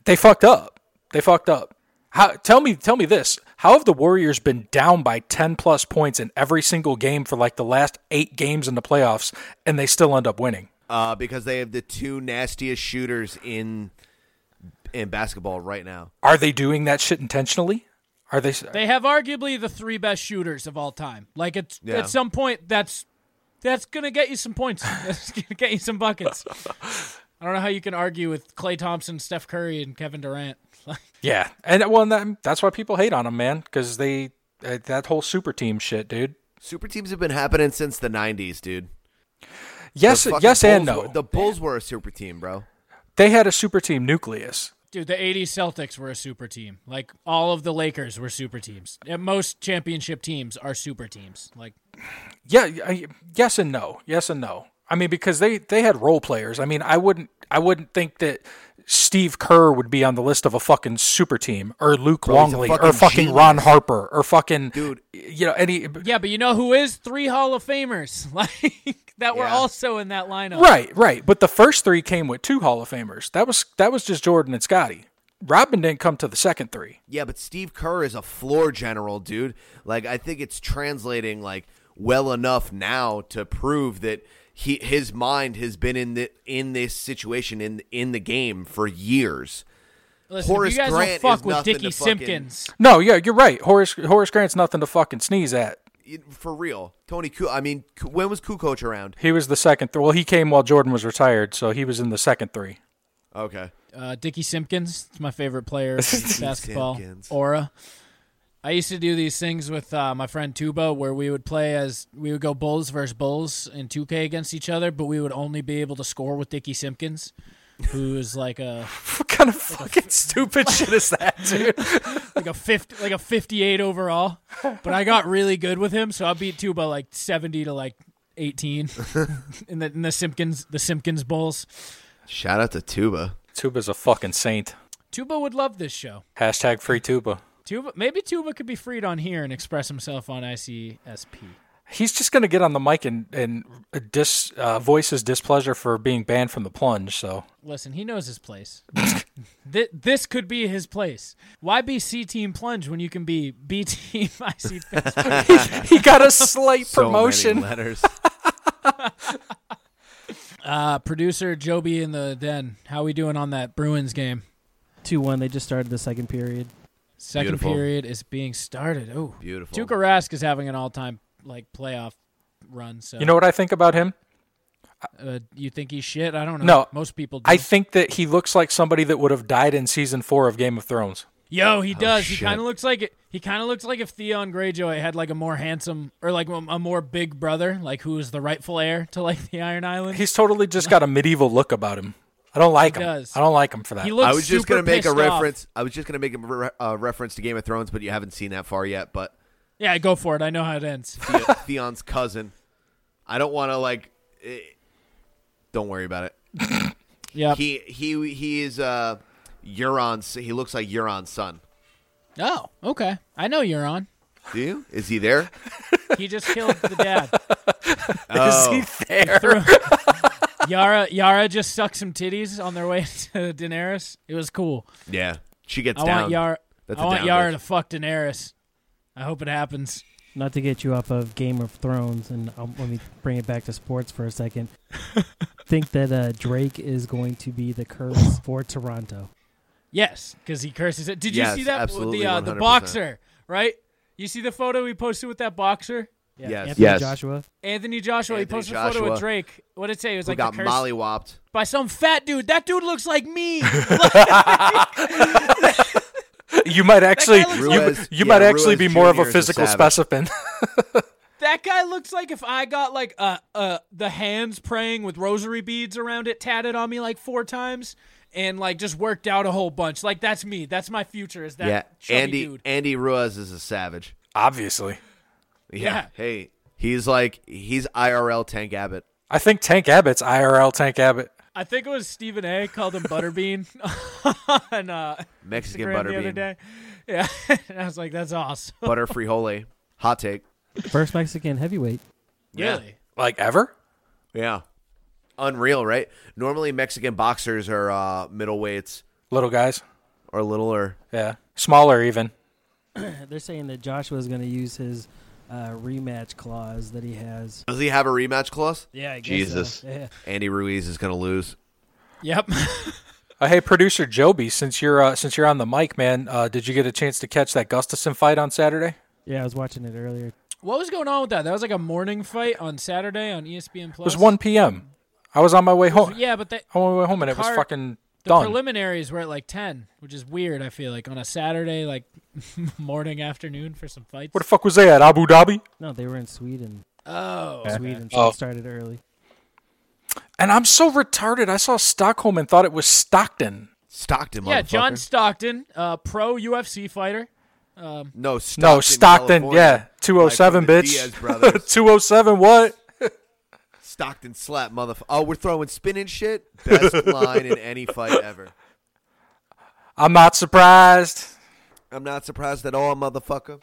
C: they fucked up. They fucked up. How, tell me, tell me this: How have the Warriors been down by ten plus points in every single game for like the last eight games in the playoffs, and they still end up winning?
B: uh, because they have the two nastiest shooters in in basketball right now?
C: Are they doing that shit intentionally? Are they?
A: they have arguably the three best shooters of all time. Like, it's,
B: Yeah.
A: at some point, that's that's going to get you some points. That's going to get you some buckets. I don't know how you can argue with Clay Thompson, Steph Curry, and Kevin Durant.
C: Yeah, and well, and that, that's why people hate on them, man, because they uh, that whole super team shit, dude.
B: Super teams have been happening since the '90s, dude. The
C: Yes,
B: fucking
C: yes, and
B: Bulls
C: no.
B: were- the Bulls were a super team, bro.
C: they had a super team nucleus.
A: Dude, the 80s Celtics were a super team. Like, all of the Lakers were super teams. And most championship teams are super teams. Like,
C: Yeah, I, yes and no. Yes and no. I mean because they they had role players. I mean, I wouldn't I wouldn't think that Steve Kerr would be on the list of a fucking super team or Luke
B: Bro, he's a
C: Longley or
B: fucking
C: fucking Ron
B: genius.
C: Harper or fucking
B: Dude.
C: you know any
A: yeah, but you know who is three Hall of Famers? Like, that were
B: Yeah.
A: also in that lineup.
C: Right, right. But the first three came with two Hall of Famers. That was that was just Jordan and Scotty. Robin didn't come to the second three.
B: Yeah, but Steve Kerr is a floor general, dude. Like I think it's translating like well enough now to prove that he his mind has been in the in this situation in in the game for years.
A: Listen, if
B: Horace
A: you guys
B: Grant
A: don't
B: is
A: fuck with
B: nothing
A: Dickie
B: to fucking-
A: Simpkins.
C: No, yeah, you're right. Horace Horace Grant's nothing to fucking sneeze at.
B: It- for real. Tony Ku I mean, Ku- when was Kukoc around?
C: He was the second. Th- well, he came while Jordan was retired, so he was in the second three.
B: Okay.
A: Uh, Dickie Simpkins is my favorite player in basketball.
B: Simpkins.
A: Aura. I used to do these things with uh, my friend Tubo where we would play as we would go Bulls versus Bulls in 2K against each other, but we would only be able to score with Dickie Simpkins, who is like a
C: What kind of fucking stupid shit is that, dude?
A: like a 50, like a 58 overall. But I got really good with him, so I beat Tuba like 70 to like 18 in the in the Simpkins the Simpkins Bulls.
B: Shout out to Tuba.
C: Tuba's a fucking saint.
A: Tuba would love this show.
C: Hashtag free Tuba.
A: Tuba maybe Tuba could be freed on here and express himself on ICSP.
C: He's just gonna get on the mic and and dis uh, voice his displeasure for being banned from the plunge. So
A: Listen, he knows his place. Th- this could be his place. Why be C team plunge when you can be B team IC?
C: he got a slight
B: So many
C: promotion.
B: letters.
A: uh, producer Joby in the den. How we doing on that Bruins game?
E: Two one. They just started the second period.
A: Second
B: Beautiful.
A: period is being started. Oh,
B: Beautiful.
A: Tuukka Rask is having an all-time like playoff run. So
C: You know what I think about him?
A: uh, you think he's shit? I don't know.
C: No.
A: most people. Do.
C: I think that he looks like somebody that would have died in season four of Game of Thrones.
A: Yo, he does. he
B: Oh, shit.
A: kind of looks like it. He kind of looks like if Theon Greyjoy had like a more handsome or like a a more big brother, like who is the rightful heir to like the Iron Island.
C: He's totally just got a medieval look about him. I don't like
A: He
C: him.
A: does.
C: I don't like him for that.
A: He looks.
B: I was just
A: super
B: gonna make a
A: pissed
B: reference. I was just gonna make a re- uh, reference to Game of Thrones, but you haven't seen that far yet. But
A: Off. Yeah, go for it. I know how it ends.
B: The- Theon's cousin. I don't want to like. eh, don't worry about it.
A: Yeah.
B: He he he is uh Euron's. He looks like Euron's son.
A: Oh, okay. I know you're on.
B: Do you? Is he there?
A: He just killed the dad.
B: Oh.
C: Is he there?
A: Yara Yara just sucked some titties on their way to Daenerys. It was cool.
B: Yeah, she gets
A: I
B: down.
A: want Yara.
B: That's
A: I
B: a
A: want
B: down
A: Yara
B: bitch.
A: to fuck Daenerys. I hope it happens.
E: Not to get you off of Game of Thrones, and um, let me bring it back to sports for a second. Think that uh, Drake is going to be the curse for Toronto.
A: Yes, because he curses it. Did you
B: Yes,
A: see that?
B: absolutely,
A: the uh, the
B: 100%.
A: boxer, right? You see the photo he posted with that boxer,
B: Yes.
E: Anthony
B: Yes.
E: Joshua.
A: Anthony Joshua.
B: Anthony
A: he posted a photo
B: Joshua.
A: with Drake. What did it say? It was
B: Who
A: like
B: got
A: the curse
B: mollywopped?
A: by some fat dude. That dude looks like me.
C: You might actually
A: looks
C: you,
B: like-
C: you
B: Yeah,
C: might actually
B: Ruiz
C: be more of
B: Jr.
C: a
B: is a
C: physical
B: savage.
C: specimen.
A: That guy looks like if I got like uh uh the hands praying with rosary beads around it tatted on me like four times and like just worked out a whole bunch. Like that's me. That's my future is that
B: yeah,
A: chubby
B: Andy
A: dude.
B: Andy Ruiz is a savage.
C: Obviously.
B: Yeah.
A: Yeah.
B: Hey, he's like he's IRL Tank Abbott.
C: I think Tank Abbott's IRL Tank Abbott.
A: I think it was Stephen A called him Butterbean on uh
B: Mexican
A: Instagram the other
B: butterbean,
A: day. Yeah. and I was like, that's awesome.
B: butter frijole, hot take.
E: First Mexican heavyweight.
B: Yeah.
A: Really?
C: Like ever?
B: Yeah, unreal, right? Normally Mexican boxers are uh, middleweights
C: Little guys.
B: or littler.
C: Yeah. Smaller even.
E: They're saying that Joshua is going to use his uh, rematch clause that he has.
B: Does he have a rematch clause?
E: Yeah, I guess
B: Jesus.
E: so. Yeah.
B: Andy Ruiz is going to lose.
A: Yep.
C: Uh, hey, producer Joby, since you're uh, since you're on the mic, man, uh, did you get a chance to catch that Gustafson fight on Saturday?
E: yeah, I was watching it earlier.
A: what was going on with that? That was like a morning fight on Saturday on E ESPN
C: It
A: Plus.
C: was 1 p.m. I was on my way home.
A: Yeah, but they,
C: On my way home, and
A: The
C: it was
A: car-
C: fucking
A: The
C: done.
A: preliminaries were at like ten, which is weird. I feel like on a Saturday, like morning, afternoon for some fights.
C: Where the fuck was they at? Abu Dhabi?
E: No, they were in Sweden.
A: oh,
E: Sweden so
C: Oh.
E: it started early.
C: And I'm so retarded. I saw Stockholm and thought it was Stockton.
B: Stockton,
A: yeah,
B: motherfucker.
A: John Stockton, uh, pro UFC fighter.
B: No, Stockton.
C: No, Stockton.
B: California.
C: Yeah, two oh seven,
B: Like from the Diaz
C: bitch.
B: brothers.
C: Two oh seven. What?
B: Stockton slap, motherfucker. Oh, we're throwing spin and shit. Best line in any fight ever.
C: I'm not surprised.
B: I'm not surprised at all, motherfucker.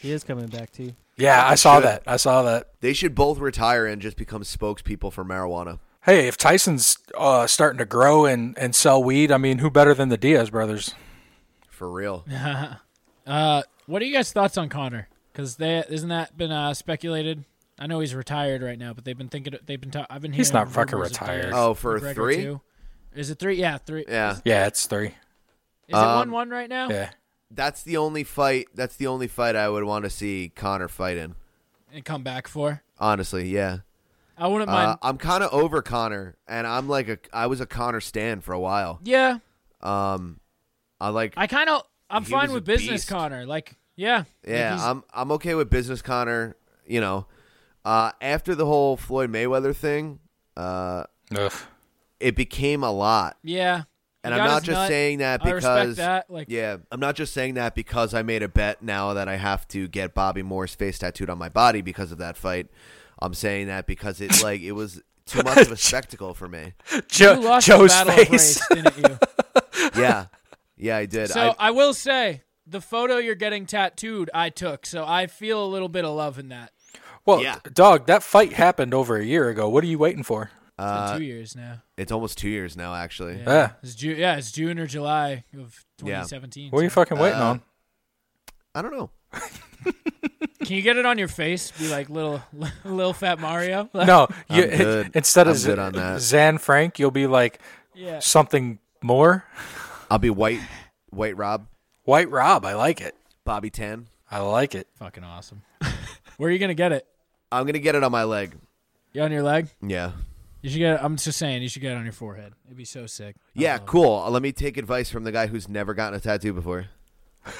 E: He is coming back too.
C: Yeah, I saw that. I saw that.
B: They should both retire and just become spokespeople for marijuana.
C: Hey, if Tyson's uh, starting to grow and, and sell weed, I mean, who better than the Diaz brothers?
B: For real.
A: Uh, what are you guys' thoughts on Connor? Because they isn't that been uh, speculated? I know he's retired right now, but they've been thinking they've been. Ta- I've been.
C: He's
A: hearing
C: not fucking
A: rumors of
C: retired.
A: Diaz
B: Oh, for
A: McGregor
B: three?
A: too. Is it three? Yeah, three.
B: Yeah. um,
C: Yeah, it's three.
A: Is it one one right now?
C: Yeah,
B: That's the only fight. That's the only fight I would want to see Connor fight in.
A: And come back for.
B: Honestly, yeah.
A: I wouldn't
B: Uh,
A: mind.
B: I'm kind of over Connor, and I'm like a. I was a Connor stan for a while.
A: yeah,
B: Um, I like.
A: I kind of. I'm
B: He was
A: fine
B: a
A: with business,
B: beast.
A: Connor. Like, yeah.
B: Yeah, um,
A: Like, he's-
B: I'm I'm okay with business Connor, you know. Uh, after the whole Floyd Mayweather thing, uh,
C: Ugh.
B: it became a lot.
A: yeah.
B: And
A: He
B: I'm
A: got
B: not
A: his
B: just
A: nut.
B: saying that
A: I
B: because
A: respect that, like-
B: Yeah, I'm not just saying that because I made a bet now that I have to get Bobby Moore's face tattooed on my body because of that fight. I'm saying that because it like it was too much of a spectacle for me.
C: Jo-
A: You lost the
C: Joe's
A: battle
C: face.
A: of race, didn't you?
B: Yeah. Yeah, I did.
A: So uh, I, will say the photo you're getting tattooed, I took. So I feel a little bit of love in that.
C: Well,
B: Yeah.
C: dog, that fight happened over a year ago. What are you waiting for?
B: I
A: been
B: Uh,
A: two years now.
B: it's almost two years now, actually.
A: Yeah.
C: Yeah.
A: It's June. Yeah, it's June or July of
B: Yeah.
A: 2017.
C: What are you
A: so-
C: fucking waiting
B: Uh,
C: on?
B: I don't know.
A: Can you get it on your face? Be like little little fat Mario. Like,
C: No, you,
B: I'm good.
C: instead of
B: I'm good on that.
C: Zan Frank, you'll be like
A: Yeah.
C: something more.
B: I'll be white, white Rob,
C: White Rob, I like it.
B: Bobby Tan.
C: I like it.
A: Fucking awesome. Where are you gonna get it?
B: I'm gonna get it on my leg.
A: You on your leg?
B: Yeah.
A: You should get. It, I'm just saying. You should get it on your forehead. It'd be so sick.
B: Yeah,
A: Uh,
B: cool. Let me take advice from the guy who's never gotten a tattoo before.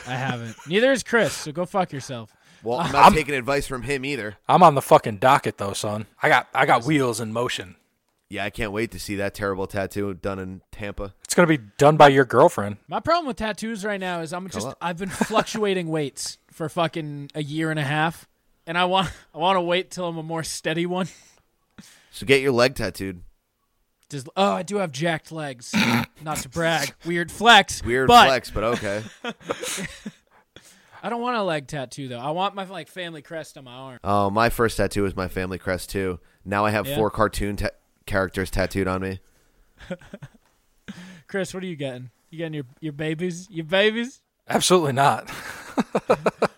A: I haven't. Neither is Chris. So go fuck yourself.
B: Well, I'm not
C: I'm-
B: taking advice from him either.
C: I'm on the fucking docket though, son. I got I got wheels in motion.
B: Yeah, I can't wait to see that terrible tattoo done in Tampa.
C: It's gonna be done by your girlfriend.
A: My problem with tattoos right now is I'm just
B: up.
A: I've been fluctuating weights for fucking a year and a half, and I want I want to wait till I'm a more steady one.
B: So get your leg tattooed.
A: Just oh, I do have jacked legs. Not to brag, weird flex.
B: Weird
A: but
B: flex, but okay.
A: I don't want a leg tattoo though. I want my like family crest on my arm.
B: Oh, my first tattoo was my family crest too. Now I have
A: Yeah.
B: four cartoon ta- characters tattooed on me.
A: Chris, what are you getting? You getting your your babies? Your babies?
C: Absolutely not.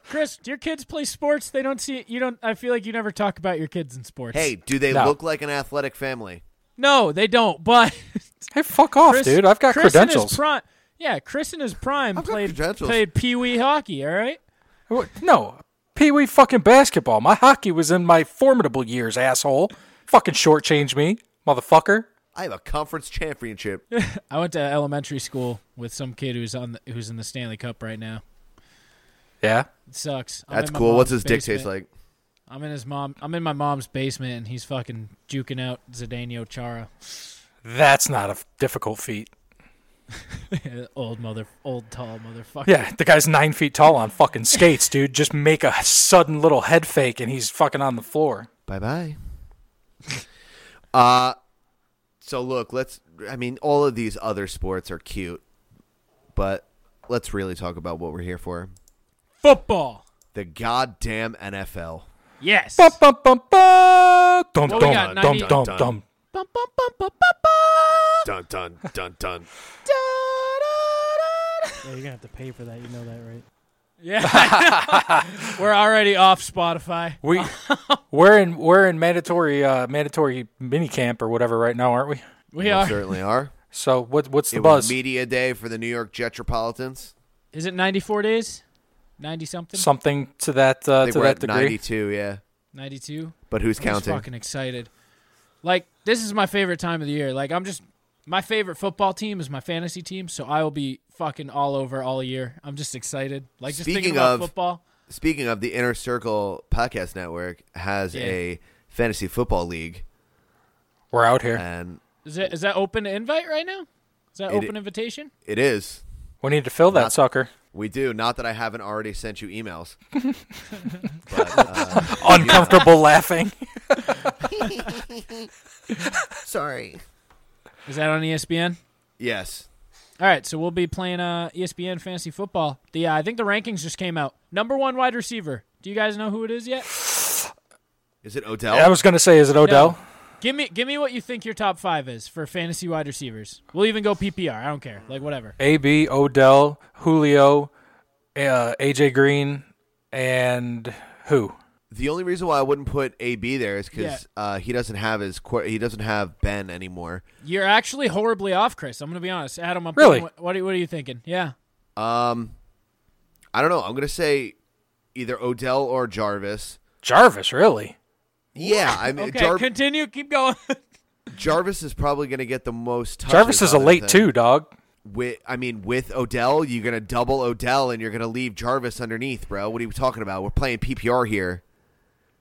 A: Chris, do your kids play sports? They don't see you don't I feel like you never talk about your kids in sports.
B: Hey, do they
C: No.
B: look like an athletic family?
A: No, they don't. But
C: Hey, fuck off,
A: Chris,
C: dude. I've got
A: Chris in his
C: credentials.
A: pri- yeah, Chris in his prime
B: I've got
A: played
B: credentials.
A: played pee wee hockey. All right,
C: What? No, Pee Wee fucking basketball. My hockey was in my formidable years, asshole. Fucking shortchange me, motherfucker.
B: I have a conference championship.
A: I went to elementary school with some kid who's on the, who's in the Stanley Cup right now.
C: Yeah.
A: It sucks. I'm
B: That's
A: in my
B: cool. What's his
A: mom's
B: dick taste
A: basement.
B: like?
A: I'm in his mom. I'm in my mom's basement, and he's fucking juking out Zdeno Chara,
C: That's not a f- difficult feat.
A: old mother, old tall motherfucker.
C: Yeah, the guy's nine feet tall on fucking skates, dude. Just make a sudden little head fake and he's fucking on the floor.
B: Bye bye. uh so look, let's I mean all of these other sports are cute, but let's really talk about what we're here for.
A: Football.
B: The goddamn NFL.
A: Yes.
C: Bum, bum, bum, bum. Dum,
A: Well, we
C: dum,
A: got
C: dum,
A: 90
C: dum, dum.
A: Bum, bum, bum, bum, bum, bum.
B: Dun dun dun dun.
E: Yeah, you're gonna have to pay for that. You know that, right?
A: Yeah. We're already off Spotify.
C: We we're in we're in mandatory uh mandatory mini camp or whatever right now, aren't we?
A: We
B: Yeah.
A: are.
B: certainly are.
C: So what what's the
B: It was
C: buzz?
B: media day for the New York Jetropolitans.
A: Is it 94 days? 90 something?
C: Something to that uh,
B: They
C: to
B: were
C: that
B: at
C: degree.
B: 92, yeah.
A: 92?
B: But who's
A: I'm just
B: counting?
A: fucking excited. Like, this is my favorite time of the year. Like, I'm just. My favorite football team is my fantasy team, so I will be fucking all over all year. I'm just excited. Like, just
B: Speaking
A: thinking about
B: of-
A: football.
B: Speaking of the Inner Circle Podcast Network has
A: Yeah.
B: a fantasy football league
C: We're out here.
B: and
A: Is that, is that open to invite right now? Is that
B: It-
A: open invitation?
B: it is
C: We need to fill that
B: Not-
C: sucker.
B: We do. Not that I haven't already sent you emails. but, uh,
C: Uncomfortable laughing.
B: Sorry.
A: Is that on E ESPN?
B: Yes.
A: All right, so we'll be playing uh, ESPN fantasy football. The uh, I think the rankings just came out. Number one wide receiver. Do you guys know who it is yet?
B: Is it Odell?
C: I was gonna say, is it Odell?
A: No. Give me give me what you think your top five is for fantasy wide receivers. We'll even go PPR. I don't care. Like whatever.
C: A B Odell Julio, uh, AJ Green, and who?
B: the only reason why I wouldn't put AB there is because
A: Yeah.
B: uh, he doesn't have his qu- he doesn't have Ben anymore.
A: You're actually horribly off, Chris. I'm gonna be honest. Adam, I'm
C: Really?
A: What, what are, what are you thinking? Yeah.
B: Um, I don't know. I'm gonna say either Odell or Jarvis.
C: Jarvis, really?
B: Yeah, I mean
A: Okay.
B: Jar-
A: continue. Keep going.
B: Jarvis is probably gonna get the most. Touches
C: Jarvis is a
B: on that
C: late
B: thing.
C: two, dog.
B: With I mean, with Odell, you're gonna double Odell and you're gonna leave Jarvis underneath, bro. What are you talking about? We're playing PPR here.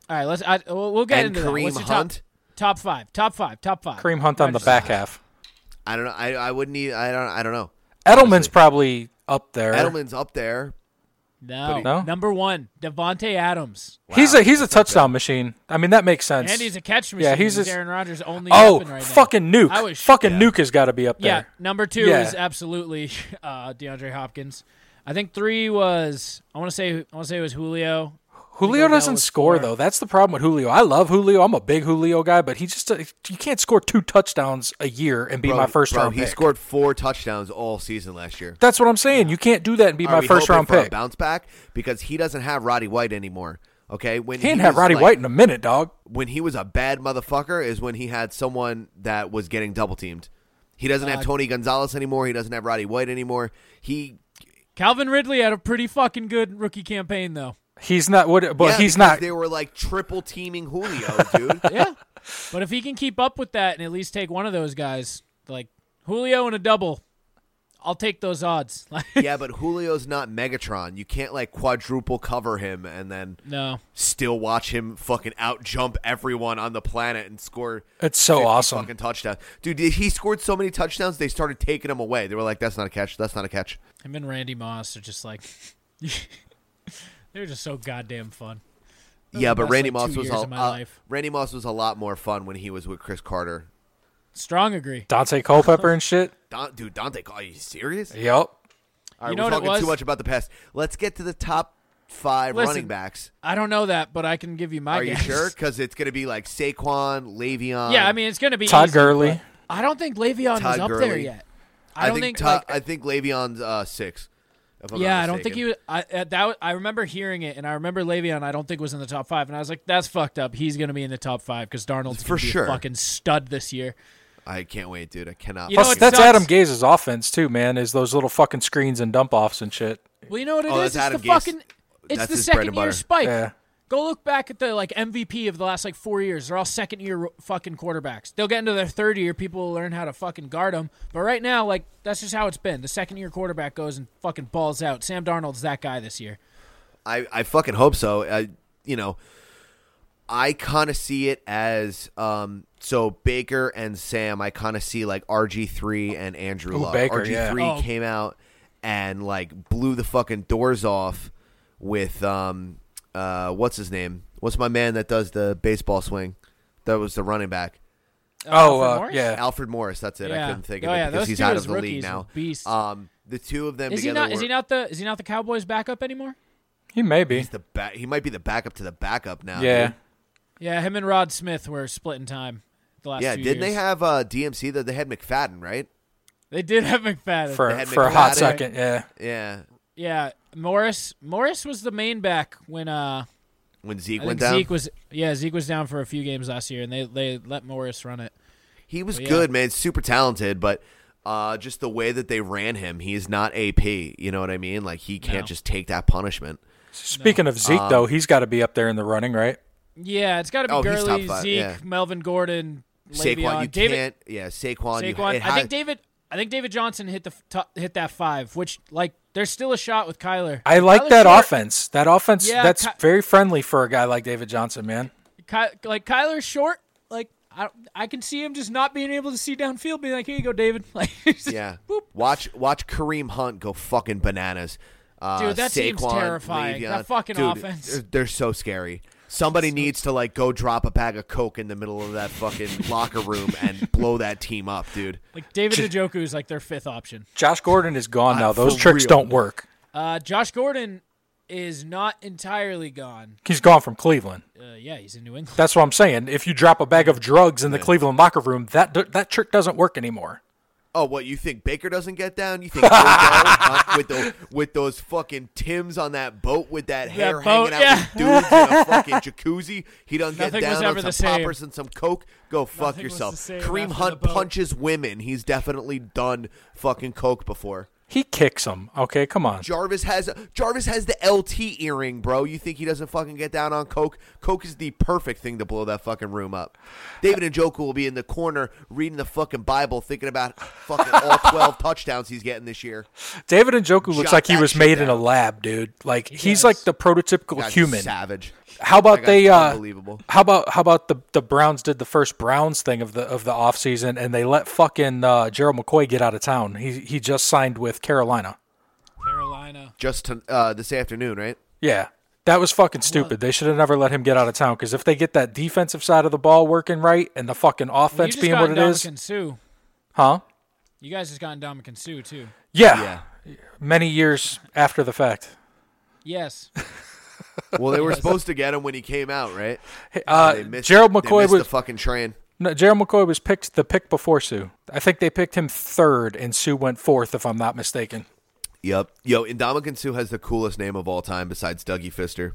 A: All right. Let's. I, we'll, we'll get
B: and
A: into that.
B: Kareem
A: What's your top-
B: Hunt.
A: Top, five. Top five. Top five.
C: Kareem Hunt on the back half.
B: I don't know. I, I wouldn't need. I don't. I don't know.
C: Edelman's probably up there.
B: Edelman's up there.
A: No.
C: No?
A: Number one, Devonte Adams.
C: He's a he's a touchdown machine. I mean, that makes sense.
A: And he's a catch machine.
C: Yeah, he's a-
A: Aaron Rodgers' only
C: oh
A: weapon right now.
C: fucking nuke.
A: I was
C: fucking nuke has got to be up
A: Yeah,
C: there.
A: number two
C: Yeah.
A: is absolutely uh, DeAndre Hopkins. I think three was I want to say I want to say it was Julio.
C: Julio
A: down
C: doesn't
A: with
C: score
A: four.
C: though. That's the problem with Julio. I love Julio. I'm a big Julio guy, but he just uh, you can't score two touchdowns a year and be
B: Bro,
C: my first
B: bro,
C: round
B: He
C: pick.
B: scored four touchdowns all season last year.
C: That's what I'm saying. You can't do that and be
B: Are
C: my
B: we
C: first
B: hoping
C: round
B: for a
C: pick.
B: bounce back because he doesn't have Roddy White anymore. Okay, when
C: He didn't
B: he
C: have
B: was,
C: Roddy
B: like-
C: White in a minute, dog.
B: when he was a bad motherfucker is when he had someone that was getting double teamed. He doesn't have Tony Gonzalez anymore. He doesn't have Roddy White anymore. He
A: Calvin Ridley had a pretty fucking good rookie campaign though.
C: He's not what, but
B: Yeah,
C: he's
B: because
C: not.
B: They were like triple teaming Julio, dude.
A: Yeah. but if he can keep up with that and at least take one of those guys, like Julio and a double, I'll take those odds. Like,
B: yeah, but Julio's not Megatron. You can't like quadruple cover him and then
A: no.
B: still watch him fucking out jump everyone on the planet and score.
C: It's so
B: 50
C: awesome.
B: fucking touchdown, dude. He scored so many touchdowns. They started taking him away. They were like, "That's not a catch. That's not a catch."
A: Him and Randy Moss are just like they're just so goddamn fun.
B: yeah,
A: the
B: but
A: best,
B: Randy
A: like,
B: Moss
A: two
B: was
A: years
B: a,
A: of my
B: uh,
A: life.
B: Randy Moss was a lot more fun when he was with Chris Carter.
A: Strong agree.
C: Dante Culpepper and shit.
B: Don, dude, Dante, are you serious?
C: Yep.
B: All right,
A: You know
B: we're
A: what it
B: talking
A: was?
B: too much about the past. Let's get to the top five
A: Listen,
B: running backs.
A: I don't know that, but I can give you my
B: Are you
A: guess.
B: sure? Because it's going to be like Saquon, Le'Veon.
A: Yeah, I mean it's gonna be
C: Todd
A: easy,
C: Gurley.
A: but I don't think Le'Veon
B: Todd
A: was up there
B: Gurley.
A: yet. I
B: I,
A: don't think,
B: think to-
A: like,
B: I think Le'Veon's uh, six. if I'm not
A: yeah, I don't think he
B: mistaken.
A: was. I uh, that was, I remember hearing it, and I remember Le'Veon. I don't think was in the top five, and I was like, "That's fucked up. He's going to be in the top five because Darnold's
B: For
A: gonna be a
B: sure.
A: fucking stud this year."
B: I can't wait, dude. I cannot.
A: You know
C: Plus,
A: it
B: fucking-
C: that's
A: sucks.
C: Adam Gaze's offense too, man. Is those little fucking screens and dump offs and shit.
A: Well, you know what it is?
B: Oh, that's
A: It's
B: Adam
A: the
B: Gase.
A: fucking. It's
B: That's
A: the
B: his bread and
A: second year
B: butter.
A: spike.
C: Yeah.
A: Go look back at the like MVP of the last like four years. They're all second year fucking quarterbacks. They'll get into their third year. People will learn how to fucking guard them. But right now, like that's just how it's been. The second year quarterback goes and fucking balls out. Sam Darnold's that guy this year.
B: I, I fucking hope so. I, you know, I kind of see it as um, so Baker and Sam. I kind of see like RG three and Andrew
C: Ooh,
B: Luck.
C: Baker,
B: RG
C: yeah.
B: three
A: Oh.
B: came out and like blew the fucking doors off with um, uh, what's his name? What's my man that does the baseball swing? That was the running back.
A: Alfred
C: Oh, uh,
A: Morris?
C: yeah.
B: Alfred Morris. That's it.
A: Yeah.
B: I couldn't think of
A: Oh,
B: it
A: yeah,
B: because
A: those
B: he's
A: two
B: out
A: as
B: of the league
A: rookies
B: now.
A: were beasts.
B: Um, the two of them
A: Is he
B: together
A: not? Is
B: were-
A: he not the? Is he not the Cowboys' backup anymore?
C: He may be.
B: he's the back. He might be the backup to the backup now.
C: Yeah.
B: dude.
A: Yeah, him and Rod Smith were splitting time the last.
B: yeah.
A: two
B: Didn't they
A: years.
B: have uh, DMC? That they had McFadden, right?
A: They did have McFadden.
C: For
B: had
C: for a hot
B: McFadden.
C: second. Yeah.
B: Yeah.
A: yeah, Morris. Morris was the main back when uh,
B: When Zeke
A: I
B: went
A: think
B: down,
A: Zeke was yeah Zeke was down for a few games last year, and they they let Morris run it.
B: he was
A: oh, yeah.
B: good, man. Super talented, but uh, just the way that they ran him, he's not AP. You know what I mean? Like he can't
A: No.
B: just take that punishment.
C: Speaking of
B: Um,
C: Zeke though, he's got to be up there in the running, right?
A: Yeah, it's got to be
B: Oh, he's top
A: Gurley,
B: five,
A: Zeke,
B: yeah.
A: Melvin Gordon, Le'Veon,
B: Saquon, you
A: David
B: can't. Yeah, Saquon. you,
A: Saquon. I
B: it ha-
A: think David. I think David Johnson hit the f- top, hit that five, which like there's still a shot with Kyler.
C: I like
A: Kyler
C: that
A: Short-
C: offense. That offense
A: Yeah,
C: that's
A: Ky-
C: very friendly for a guy like David Johnson, man.
A: Ky- like Kyler Short, like I I can see him just not being able to see downfield, being like, "Here you go, David." Like,
B: Yeah.
A: boop.
B: Watch watch Kareem Hunt go fucking bananas. Uh,
A: Dude, that team's
B: Saquon,
A: terrifying.
B: Le'Veon.
A: That fucking
B: Dude,
A: offense.
B: They're, they're so scary. Somebody needs to like go drop a bag of coke in the middle of that fucking locker room and blow that team up, dude.
A: Like David Njoku is like their fifth option.
C: Josh Gordon is gone now. Those
B: for
C: tricks
B: real.
C: don't work.
A: Uh, Josh Gordon is not entirely gone.
C: He's gone from Cleveland.
A: Uh, yeah, he's in New England.
C: That's what I'm saying. If you drop a bag of drugs in the Cleveland locker room, that that trick doesn't work anymore.
B: Oh, what you think Baker doesn't get down? You think Odell, uh, with the, with those fucking Tims on that boat with that hair
A: boat,
B: hanging out with dudes in a fucking jacuzzi? He doesn't
A: Nothing
B: get
A: was
B: down
A: ever
B: on
A: the
B: some
A: same.
B: poppers and some coke. Go fuck
A: Nothing was
B: yourself.
A: the same
B: Kareem
A: after
B: Hunt
A: the boat.
B: punches women. He's definitely done fucking coke before.
C: He kicks him. Okay, come on.
B: Jarvis has Jarvis has the LT earring, bro. You think he doesn't fucking get down on coke? Coke is the perfect thing to blow that fucking room up. David and Joku will be in the corner reading the fucking Bible, thinking about fucking all twelve touchdowns he's getting this year.
C: David Njoku looks
B: Jot
C: like he
B: that
C: was
B: shit
C: made in a
B: down.
C: lab, dude. Like he's like the prototypical
B: Guy's
C: human.
B: savage.
C: How
B: That
C: about
B: guy's
C: they? Uh,
B: unbelievable.
C: How about how about the the Browns did the first Browns thing of the of the offseason and they let fucking uh, Gerald McCoy get out of town. He he just signed with Carolina.
A: Carolina.
B: Just to, uh, this afternoon, right?
C: Yeah. That was fucking stupid. They should have never let him get out of town because if they get that defensive side of the ball working right and the fucking
A: Well, you
C: offense
A: just
C: being
A: got
C: what it is,
A: Ndamukong Suh.
C: huh?
A: You guys just got Dominican Sue too.
C: Yeah. Many years after the fact.
A: Yes.
B: Well, they were supposed to get him when he came out, right?
C: Uh,
B: They missed,
C: Gerald
B: they
C: McCoy
B: missed
C: was
B: the fucking train.
C: no, Gerald McCoy was picked the pick before Sue. I think they picked him third, and Sue went fourth, if I'm not mistaken.
B: Yep. Yo, Indomitian Sue has the coolest name of all time besides Dougie Fister.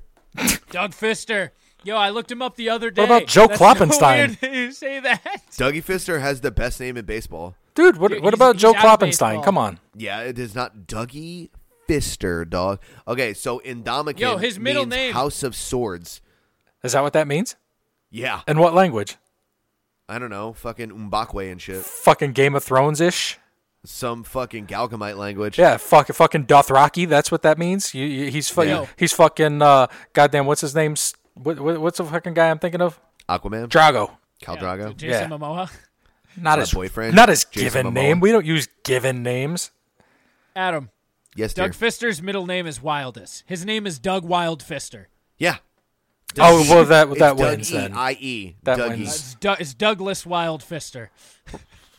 A: Doug Fister. Yo, I looked him up the other day.
C: about Joe
A: That's
C: Kloppenstein?
A: So weird you say that.
B: Dougie Fister has the best name in baseball.
C: Dude, what, what
A: he's-
C: about
A: he's
C: Joe
A: out of
C: Kloppenstein?
A: baseball.
C: Come on.
B: Yeah, it is not Dougie Fister, dog. Okay, so Indomitian
A: Yo, his middle
B: means
A: name-
B: House of Swords.
C: Is that what that means?
B: Yeah.
C: In what language?
B: I don't know, fucking Umbakwe and shit.
C: Fucking Game of Thrones ish?
B: Some fucking Galgamite language.
C: Yeah, fuck, fucking Dothraki. That's what that means. You, you, he's fu-
A: Yeah.
C: he's fucking uh, goddamn. What's his name? S- What, what, what's the fucking guy I'm thinking of?
B: Aquaman?
C: Drago.
B: Cal
A: Yeah,
B: Drago?
A: dude, Jason
C: Yeah.
A: Momoa.
C: Not
B: My
C: his
B: boyfriend,
C: Not his
B: Jason
C: given
B: Momoa.
C: name. We don't use given names.
A: Adam.
B: yes, dear.
A: Doug Fister's middle name is Wildest. His name is Doug Wild Fister.
B: yeah.
C: Oh, well, that-
B: It's Doug
C: that wins then.
B: E-I-E.
C: That
B: Dougie.
C: wins.
A: It's, Doug it's Douglas Wild Fister.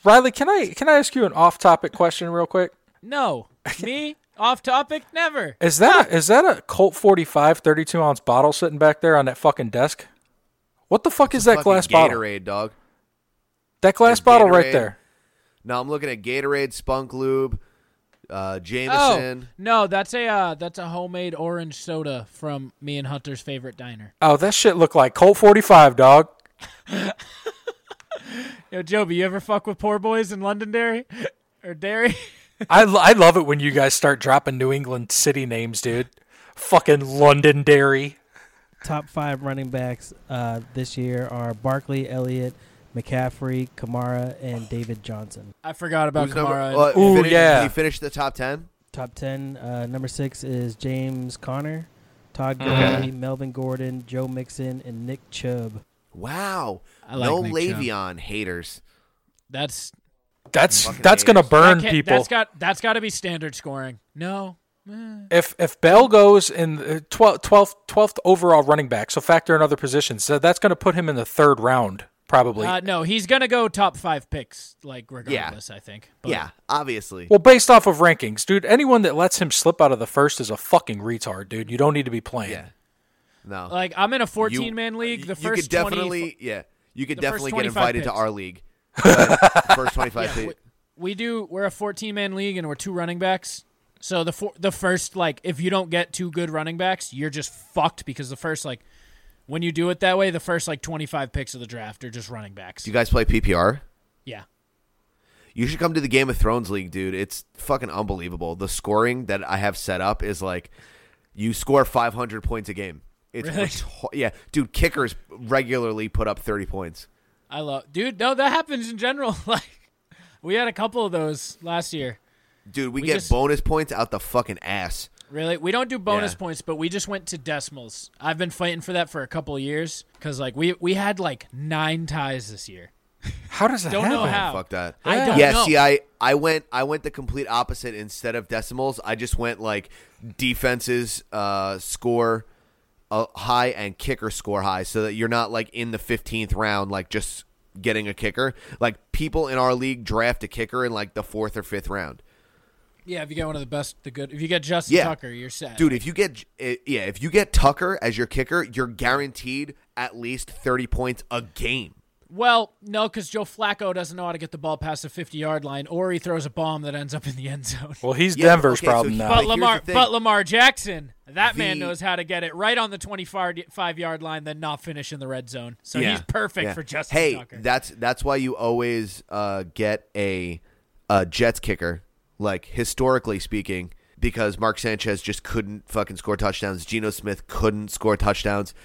C: Riley, can I can I ask you an off-topic question real quick?
A: No, me off topic. Never.
C: Is that is that a Colt 45 32 ounce bottle sitting back there on that fucking desk? What the fuck is that
B: Fucking
C: glass bottle?
B: Gatorade, dog.
C: That glass
B: It's
C: bottle right
B: Gatorade.
C: there.
B: No, I'm looking at Gatorade, Spunk Lube, uh,
A: Oh
B: Jameson.
A: no, that's a uh, that's a homemade orange soda from me and Hunter's favorite diner.
C: Oh, that shit looked like Colt 45, dog.
A: Yo, Joby, you ever fuck with poor boys in Londonderry or Derry?
C: I, lo- I love it when you guys start dropping New England city names, dude. Fucking Londonderry.
E: Top five running backs uh, this year are Barkley, Elliott, McCaffrey, Kamara, and David Johnson.
A: I forgot about
B: Who's number-
A: Kamara.
B: uh,
C: Ooh,
B: finished-
C: yeah.
B: He finished the top ten.
E: Top ten. Uh, number six is James Conner, Todd Gurley, Melvin Gordon, Joe Mixon, and Nick Chubb.
B: Wow.
A: I like
B: no
A: Nick Chubb.
B: Le'Veon haters.
A: that's
C: That's
B: Fucking
C: that's gonna
B: haters.
C: burn
A: that can't-
C: people.
A: That's got that's got to be standard scoring. No,
C: if if Bell goes in uh, the 12th, 12th, 12th overall running back, so factor in other positions, so that's gonna put him in the third round probably.
A: uh, no, he's gonna go top five picks, like regardless. I think. But
B: Yeah, obviously.
C: well, based off of rankings, dude, anyone that lets him slip out of the first is a fucking retard, dude. You don't need to be playing.
B: yeah. No.
A: Like I'm in a
B: You-
A: 14 man league. The
B: you
A: first
B: could definitely, yeah, you could
A: the first
B: definitely get
A: 25
B: invited to
A: picks.
B: our league. But first twenty-five. pick-
A: we do we're a 14 man league and we're two running backs so the four, the first like if you don't get two good running backs you're just fucked because the first like when you do it that way the first like 25 picks of the draft are just running backs
B: Do you guys play PPR?
A: yeah
B: You should come to the Game of Thrones league, dude. It's fucking unbelievable. The scoring that I have set up is like you score five hundred points a game. It's
A: Really?
B: retar- yeah, dude. Kickers regularly put up thirty points.
A: i love dude no that happens in general like we had a couple of those last year
B: Dude, we,
A: We
B: get
A: just-
B: bonus points out the fucking ass.
A: Really, we don't do bonus
B: Yeah.
A: points, but we just went to decimals. I've been fighting for that for a couple of years because, like, we we had like nine ties this year.
C: How does that
A: Don't
C: happen?
A: know how.
B: Fuck that.
A: Oh. I don't
B: yeah,
A: know.
B: see, I, I went I went the complete opposite. Instead of decimals, I just went like defenses uh, score uh, high and kicker score high, so that you're not like in the fifteenth round, like just getting a kicker. Like people in our league draft a kicker in like the fourth or fifth round.
A: Yeah, if you get one of the best, the good. If you get Justin
B: Yeah.
A: Tucker, you're set,
B: Dude, if you get eh, yeah, if you get Tucker as your kicker, you're guaranteed at least thirty points a game.
A: Well, no, because Joe Flacco doesn't know how to get the ball past the 50 yard line, or he throws a bomb that ends up in the end zone.
C: Well, he's
B: Yeah,
C: Denver's
B: okay, so
C: problem
B: he-
C: now.
A: But
B: here's
A: Lamar,
B: the thing.
A: but Lamar Jackson, that man
B: The-
A: knows how to get it right on the 25 yard line, then not finish in the red zone. So he's perfect
B: Yeah.
A: for Justin
B: hey,
A: Tucker.
B: that's that's why you always uh, get a, a Jets kicker, like historically speaking, because Mark Sanchez just couldn't fucking score touchdowns. Geno Smith couldn't score touchdowns.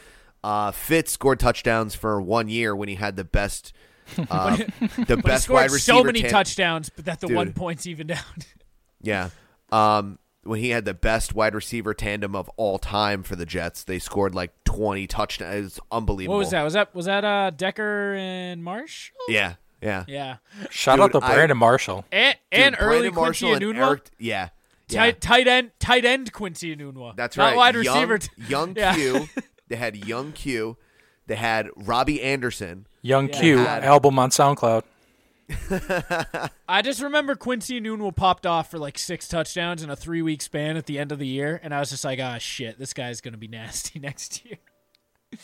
B: Uh, Fitz scored touchdowns for one year when he had the best, uh, the
A: but he
B: best
A: scored
B: wide receiver.
A: so many
B: tan-
A: touchdowns, but that the
B: Dude.
A: one point's even down.
B: Yeah. Um, when he had the best wide receiver tandem of all time for the Jets, they scored like twenty touchdowns. It's unbelievable.
A: what was that? Was that was that uh, Decker and Marsh?
B: Yeah, yeah.
A: Yeah,
C: Shout out to
B: Dude, I-
C: Brandon Marshall.
A: and, and
B: Dude,
A: early
B: Brandon Marshall
A: Quincy
B: and
A: Anunua,
B: Eric, yeah, yeah.
A: tight, tight end, tight end Quincy Anunua.
B: That's
A: Not
B: right.
A: Wide
B: Young-
A: receiver,
B: Young,
A: Yeah.
B: Q. They had Young Q. They had Robbie Anderson.
C: Young
A: Yeah.
C: Q
B: Yeah.
C: album on SoundCloud.
A: I just remember Quincy Anunua popped off for like six touchdowns in a three week span at the end of the year, and I was just like, ah, shit, this guy's gonna be nasty next year.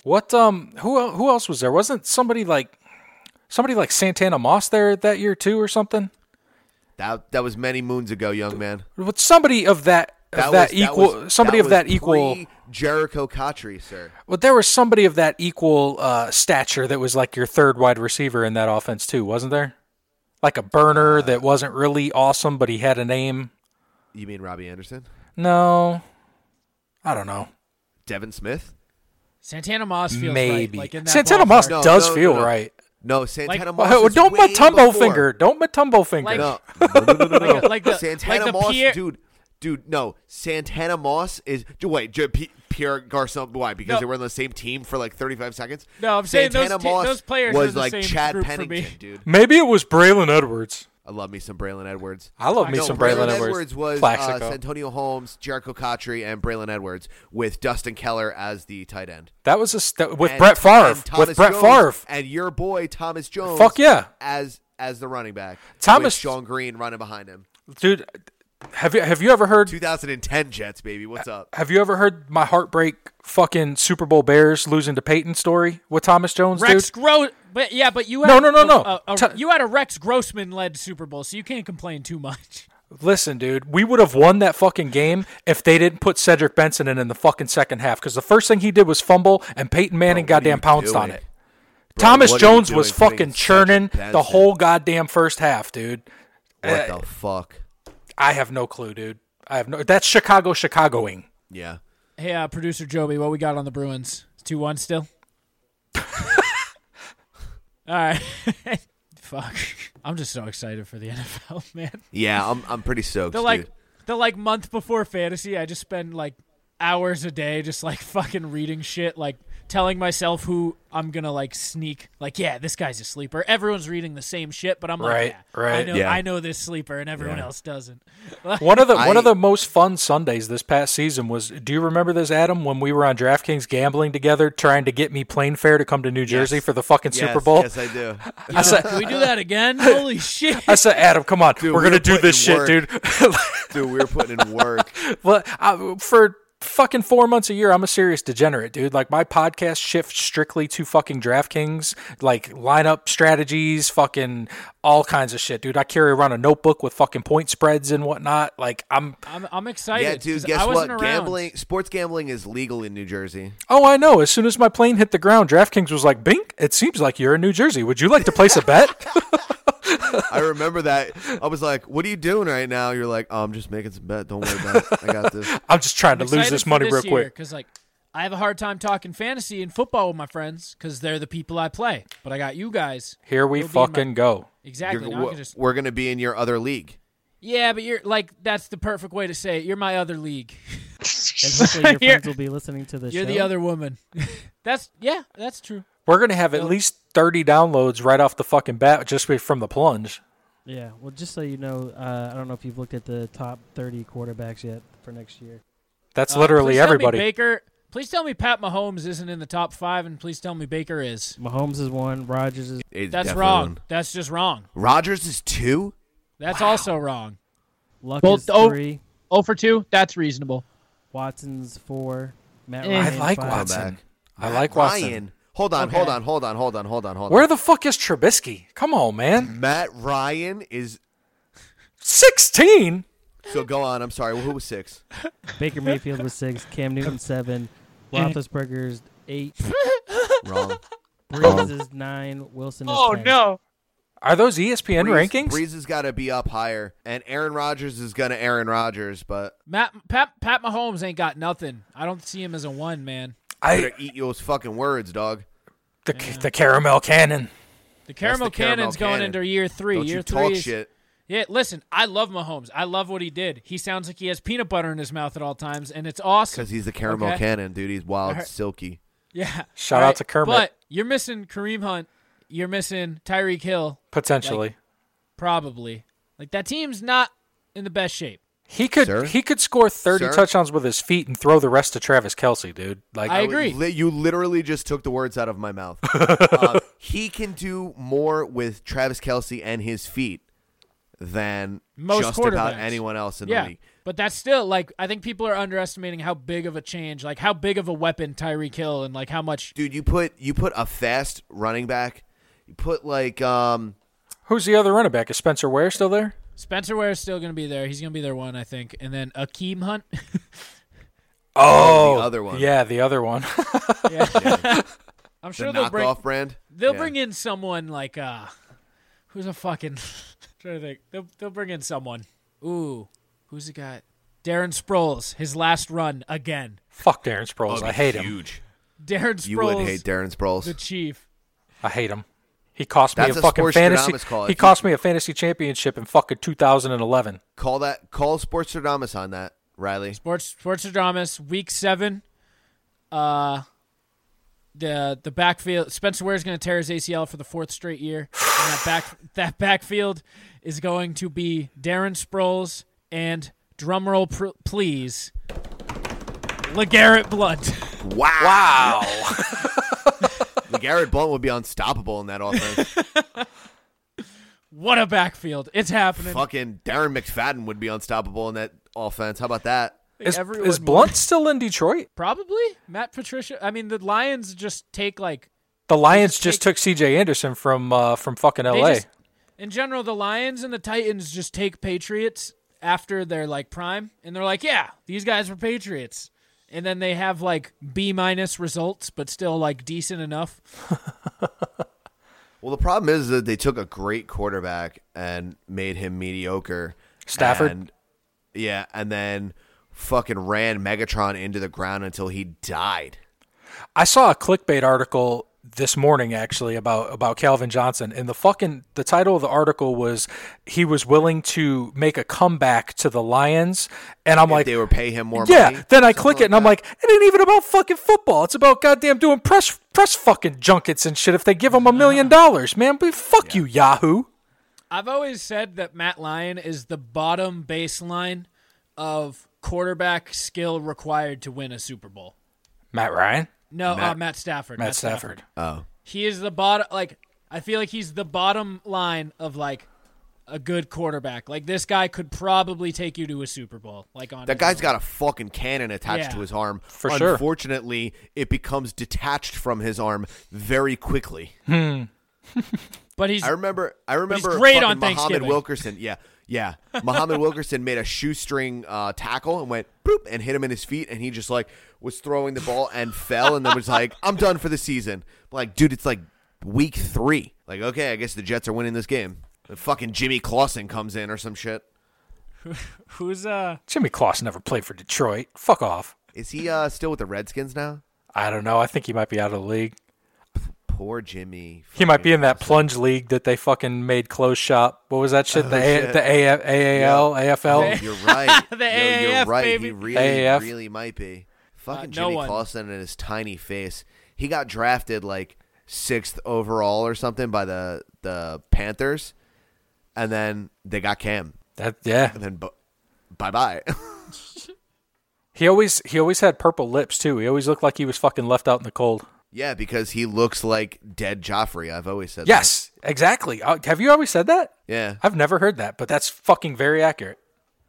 C: What um who el- who else was there? Wasn't somebody like somebody like Santana Moss there that year too or something?
B: That that was many moons ago, young man.
C: But somebody of that of that,
B: was-
C: equal
B: was-
C: somebody of
B: was
C: that equal
B: pre- Jericho Cotry, sir.
C: well there was somebody of that equal uh stature that was like your third wide receiver in that offense too, wasn't there? Like a burner
B: Uh,
C: that wasn't really awesome but he had a name.
B: You mean Robbie Anderson?
C: No. I don't know.
B: Devin Smith?
A: Santana Moss feels
C: Maybe.
A: Right, like in that
C: Santana
A: ballpark.
C: Moss
B: No,
C: does
B: no,
C: feel
B: no, no.
C: right.
B: No, Santana Moss.
C: Well,
B: is
C: don't
B: way
C: Matumbo
B: before.
C: finger. Don't Matumbo finger.
A: Like-
B: No, no, no, no, no, no.
A: Like- like the-
B: Santana
A: like the
B: Moss,
A: Pierre-
B: dude, dude. No, Santana Moss is. ju- Wait, ju- P- Pierre Garcon. Why? Because
A: No.
B: they were on the same team for like 35 seconds.
A: No, I'm saying those
B: Santana
A: te-
B: Moss
A: those players are
B: was
A: the
B: like
A: same
B: Chad
A: group for
B: Pennington,
A: me.
B: dude.
C: Maybe it was Braylon Edwards.
B: I love me some Braylon Edwards.
C: I love me
B: No,
C: some
B: Braylon,
C: Braylon Edwards.
B: was uh,
C: Plaxico.
B: Santonio Holmes, Jericho Cotry, and Braylon Edwards with Dustin Keller as the tight end.
C: that was a st- with
B: And-
C: Brett Favre.
B: and Thomas
C: With Brett
B: Jones,
C: Favre.
B: and your boy Thomas Jones.
C: Fuck yeah.
B: as as the running back.
C: Thomas-
B: with Sean Green running behind him.
C: Dude, have you have you ever heard
B: 2010 Jets, baby. What's up?
C: have you ever heard my heartbreak fucking Super Bowl Bears losing to Peyton story with Thomas Jones,
A: Rex
C: dude?
A: Gross, but yeah, but you had
C: No, no, no,
A: a-
C: no.
A: a- a-
C: T-
A: you had a Rex Grossman led Super Bowl, so you can't complain too much.
C: Listen, dude, we would have won that fucking game if they didn't put Cedric Benson in in the fucking second half because the first thing he did was fumble and Peyton Manning
B: Bro, what are
C: goddamn
B: you
C: pounced on
B: doing?
C: it. Thomas
B: what are you
C: Jones was
B: doing putting
C: fucking
B: Cedric
C: churning the
B: Benson?
C: whole goddamn first half, dude.
B: What the fuck?
C: I have no clue, dude. I have no. That's Chicago, Chicagoing.
B: Yeah.
A: Hey, uh, producer Joby, what we got on the Bruins? Two one still. All right. Fuck. I'm just so excited for the NFL, man.
B: Yeah, I'm I'm pretty stoked.
A: The like
B: dude.
A: the like month before fantasy, I just spend like hours a day just like fucking reading shit, like telling myself who I'm gonna like sneak. Like, yeah, this guy's a sleeper. Everyone's reading the same shit, but I'm like,
C: Right,
A: yeah, I
C: right.
A: know,
B: Yeah.
A: I know this sleeper, and everyone
B: Yeah.
A: else doesn't.
C: One of the one of
B: I-
C: the most fun Sundays this past season was. Do you remember this, Adam? When we were on DraftKings gambling together, trying to get me plane fare to come to New Jersey for the fucking
B: Yes,
C: Super Bowl.
B: Yes, I do.
C: I said,
A: Can we do that again? Holy shit!
C: I said, Adam, come on, we're
B: we
C: gonna
B: were
C: do this shit,
B: putting in
C: dude.
B: Dude, we were putting in work.
C: well, I, for fucking four months a year, I'm a serious degenerate, dude. Like my podcast shifts strictly to fucking DraftKings, like lineup strategies, fucking all kinds of shit, dude. I carry around a notebook with fucking point spreads and whatnot. Like I'm,
A: I'm, I'm excited.
B: yeah, dude.
A: 'cause
B: Guess
A: I
B: what?
A: wasn't around.
B: Gambling, sports gambling is legal in New Jersey.
C: oh, I know. As soon as my plane hit the ground, DraftKings was like, "Bink, it seems like you're in New Jersey. Would you like to place a bet?"
B: I remember that. I was like, "What are you doing right now?" You're like, oh, "I'm just making some bet. Don't worry about it. I got this."
C: I'm just trying to lose
A: excited
C: this
A: for
C: money real quick.
A: because like I have a hard time talking fantasy and football with my friends because they're the people I play. But I got you guys.
C: Here we
A: You'll be in my-
C: fucking go.
A: exactly.
B: You're-
A: Now I
B: wh-
A: can just-
B: We're gonna be in your other league.
A: yeah, but you're like that's the perfect way to say it. You're my other league.
E: And hopefully your
A: You're-
E: friends will be listening to this.
A: You're the other woman. that's yeah, that's true.
C: We're gonna have at least thirty downloads right off the fucking bat, just from the plunge.
E: Yeah. Well, just so you know, uh, I don't know if you've looked at the top 30 quarterbacks yet for next year.
C: That's
A: Uh,
C: literally
A: please tell me
C: everybody.
A: Baker. Please tell me Pat Mahomes isn't in the top five, and please tell me Baker is.
E: Mahomes is one. Rogers is.
B: It's
A: That's
B: definitely
A: wrong.
B: one.
A: That's just wrong.
B: Rogers is two.
A: That's also wrong.
E: Luck
A: Both-
E: is
A: oh.
E: three.
A: Oh for two. That's reasonable.
E: Watson's four. Matt
A: Eh.
E: Ryan
C: I like
E: five.
C: Watson.
B: Back.
C: I like Watson.
B: Ryan. Hold on,
A: Okay.
B: hold on, hold on, hold on, hold on, hold on.
C: Where the fuck is Trubisky? Come on, man.
B: Matt Ryan is.
C: Sixteen.
B: So go on. I'm sorry. Who was six?
E: Baker Mayfield was six. Cam Newton seven. Roethlisberger's eight.
B: Wrong.
E: Breeze is nine. Wilson is
B: Oh,
E: ten.
C: Are those E ESPN rankings?
B: Breeze has got to be up higher, and Aaron Rodgers is gonna Aaron Rodgers, but
A: Matt Pat Pat Mahomes ain't got nothing. I don't see him as a one man.
C: I
B: gonna eat those fucking words, dog.
C: the, the caramel cannon.
A: The caramel
B: the caramel
A: cannon's going
B: cannon.
A: into year 3
B: Don't
A: year
B: you
A: three
B: talk
A: is-
B: shit.
A: Yeah, listen, I love Mahomes. I love what he did. He sounds like he has peanut butter in his mouth at all times, and it's awesome.
B: Because he's the caramel
A: Okay.
B: cannon, dude. He's wild,
A: Alright.
B: silky.
A: Yeah.
C: Shout out to Kermit.
A: But you're missing Kareem Hunt. You're missing Tyreek Hill,
C: Potentially,
A: probably. Like that team's not in the best shape.
C: He could
B: Sir?
C: he could score thirty
B: Sir?
C: touchdowns with his feet and throw the rest to Travis Kelsey, dude. Like
A: I
B: would
A: agree.
B: li- you literally just took the words out of my mouth. Uh, he can do more with Travis Kelsey and his feet than
A: Most
B: just about
A: quarterbacks.
B: anyone else in
A: yeah,
B: the league.
A: but that's still like I think people are underestimating how big of a change, like how big of a weapon Tyreek Hill and like how much
B: Dude, you put you put a fast running back. You put like um
C: who's the other running back? Is Spencer Ware still there?
A: Spencer Ware is still going to be there. He's going to be their one, I think, and then Akeem Hunt.
C: Oh,
A: Oh,
B: the other one.
C: Yeah, the other one.
A: I'm
B: the
A: sure they'll
B: knockoff
A: bring
B: brand.
A: they'll
B: Yeah.
A: bring in someone like uh, who's a fucking trying to think. They'll they'll bring in someone. Ooh, who's he got? Darren Sproles, his last run again.
C: Fuck Darren Sproles. I hate him.
B: Huge.
A: Darren Sproles,
B: You would hate Darren Sproles.
A: the chief.
C: I hate him. He cost me
B: That's
C: a
B: a
C: fucking
B: sports
C: fantasy.
B: Stradamus call.
C: He
B: If you-
C: cost me a fantasy championship in fucking 2011.
B: Call that call Sports Stradamus on that, Riley.
A: Sports Sports Dramas, week seven. Uh the the backfield Spencer Ware is going to tear his ACL for the fourth straight year. And that back that backfield is going to be Darren Sproles and drumroll pr- please, LeGarrette Blunt.
B: Wow.
C: Wow.
B: Garrett Blunt would be unstoppable in that offense.
A: what a backfield! It's happening.
B: Fucking Darren McFadden would be unstoppable in that offense. How about that?
C: is,
A: Everyone
C: is Blunt still in Detroit?
A: probably Matt Patricia? I mean, the Lions just take like
C: The Lions just
A: take-
C: took C.J. Anderson from uh, from fucking
A: They
C: L.A.
A: just- in general, the Lions and the Titans just take Patriots after they're like prime, and they're like, yeah, these guys were Patriots, and then they have like B minus results, but still like decent enough.
B: Well, the problem is that they took a great quarterback and made him mediocre.
C: Stafford?
B: And, yeah, and then fucking ran Megatron into the ground until he died.
C: I saw a clickbait article this morning actually about about Calvin Johnson and the fucking the title of the article was he was willing to make a comeback to the Lions and I'm
B: If
C: like
B: they were pay him more
C: yeah
B: money.
C: then I click it and I'm like it ain't even about fucking football it's about goddamn doing press press fucking junkets and shit if they give him a million dollars man but fuck you Yahoo
A: I've always said that Matt Lyon is the bottom baseline of quarterback skill required to win a Super Bowl.
C: Matt Ryan
A: No, Matt,
B: Matt-
A: uh, Matt Stafford.
C: Matt Stafford
B: Oh.
A: He is the bottom. Like I feel like he's the bottom line of like a good quarterback. Like this guy could probably take you to a Super Bowl. Like on
B: That
A: his
B: guy's
A: own.
B: got a fucking cannon
A: Yeah.
B: attached to his arm.
C: For sure.
B: Unfortunately, it becomes detached from his arm very quickly.
A: but he's
B: I remember. I
A: he's
B: remember.
A: great
B: fucking
A: on
B: Muhammad
A: Thanksgiving.
B: Wilkerson. Yeah, yeah. Muhammad Wilkerson made a shoestring uh, tackle and went boop and hit him in his feet, and he just like was throwing the ball and fell, and then was like, "I'm done for the season." Like, dude, it's like week three. Like, okay, I guess the Jets are winning this game. And fucking Jimmy Clausen comes in or some shit.
A: who's uh
C: Jimmy Claus never played for Detroit fuck off
B: Is he uh, still with the Redskins now?
C: I don't know I think he might be out of the league
B: Poor Jimmy.
C: He might be in that plunge league that they fucking made close shop. What was that Oh, shit? the A-
B: shit.
C: the A- AAL,
B: Oh,
C: AFL.
B: you're right.
A: The
B: Yo, you're
A: AAF,
B: right.
A: baby. Uh,
B: He really,
C: AAF.
B: really might be.
A: no
B: Fucking Jimmy
A: one.
B: Clausen and his tiny face. He got drafted like sixth overall or something by the the Panthers, and then they got Cam,
C: That yeah.
B: and then bu- bye bye.
C: He always he always had purple lips too. He always looked like he was fucking left out in the cold.
B: yeah, because he looks like dead Joffrey. I've always said.
C: Yes, exactly. Uh, have you always said that?
B: That. Yeah.
C: I've never heard that, but that's fucking very accurate.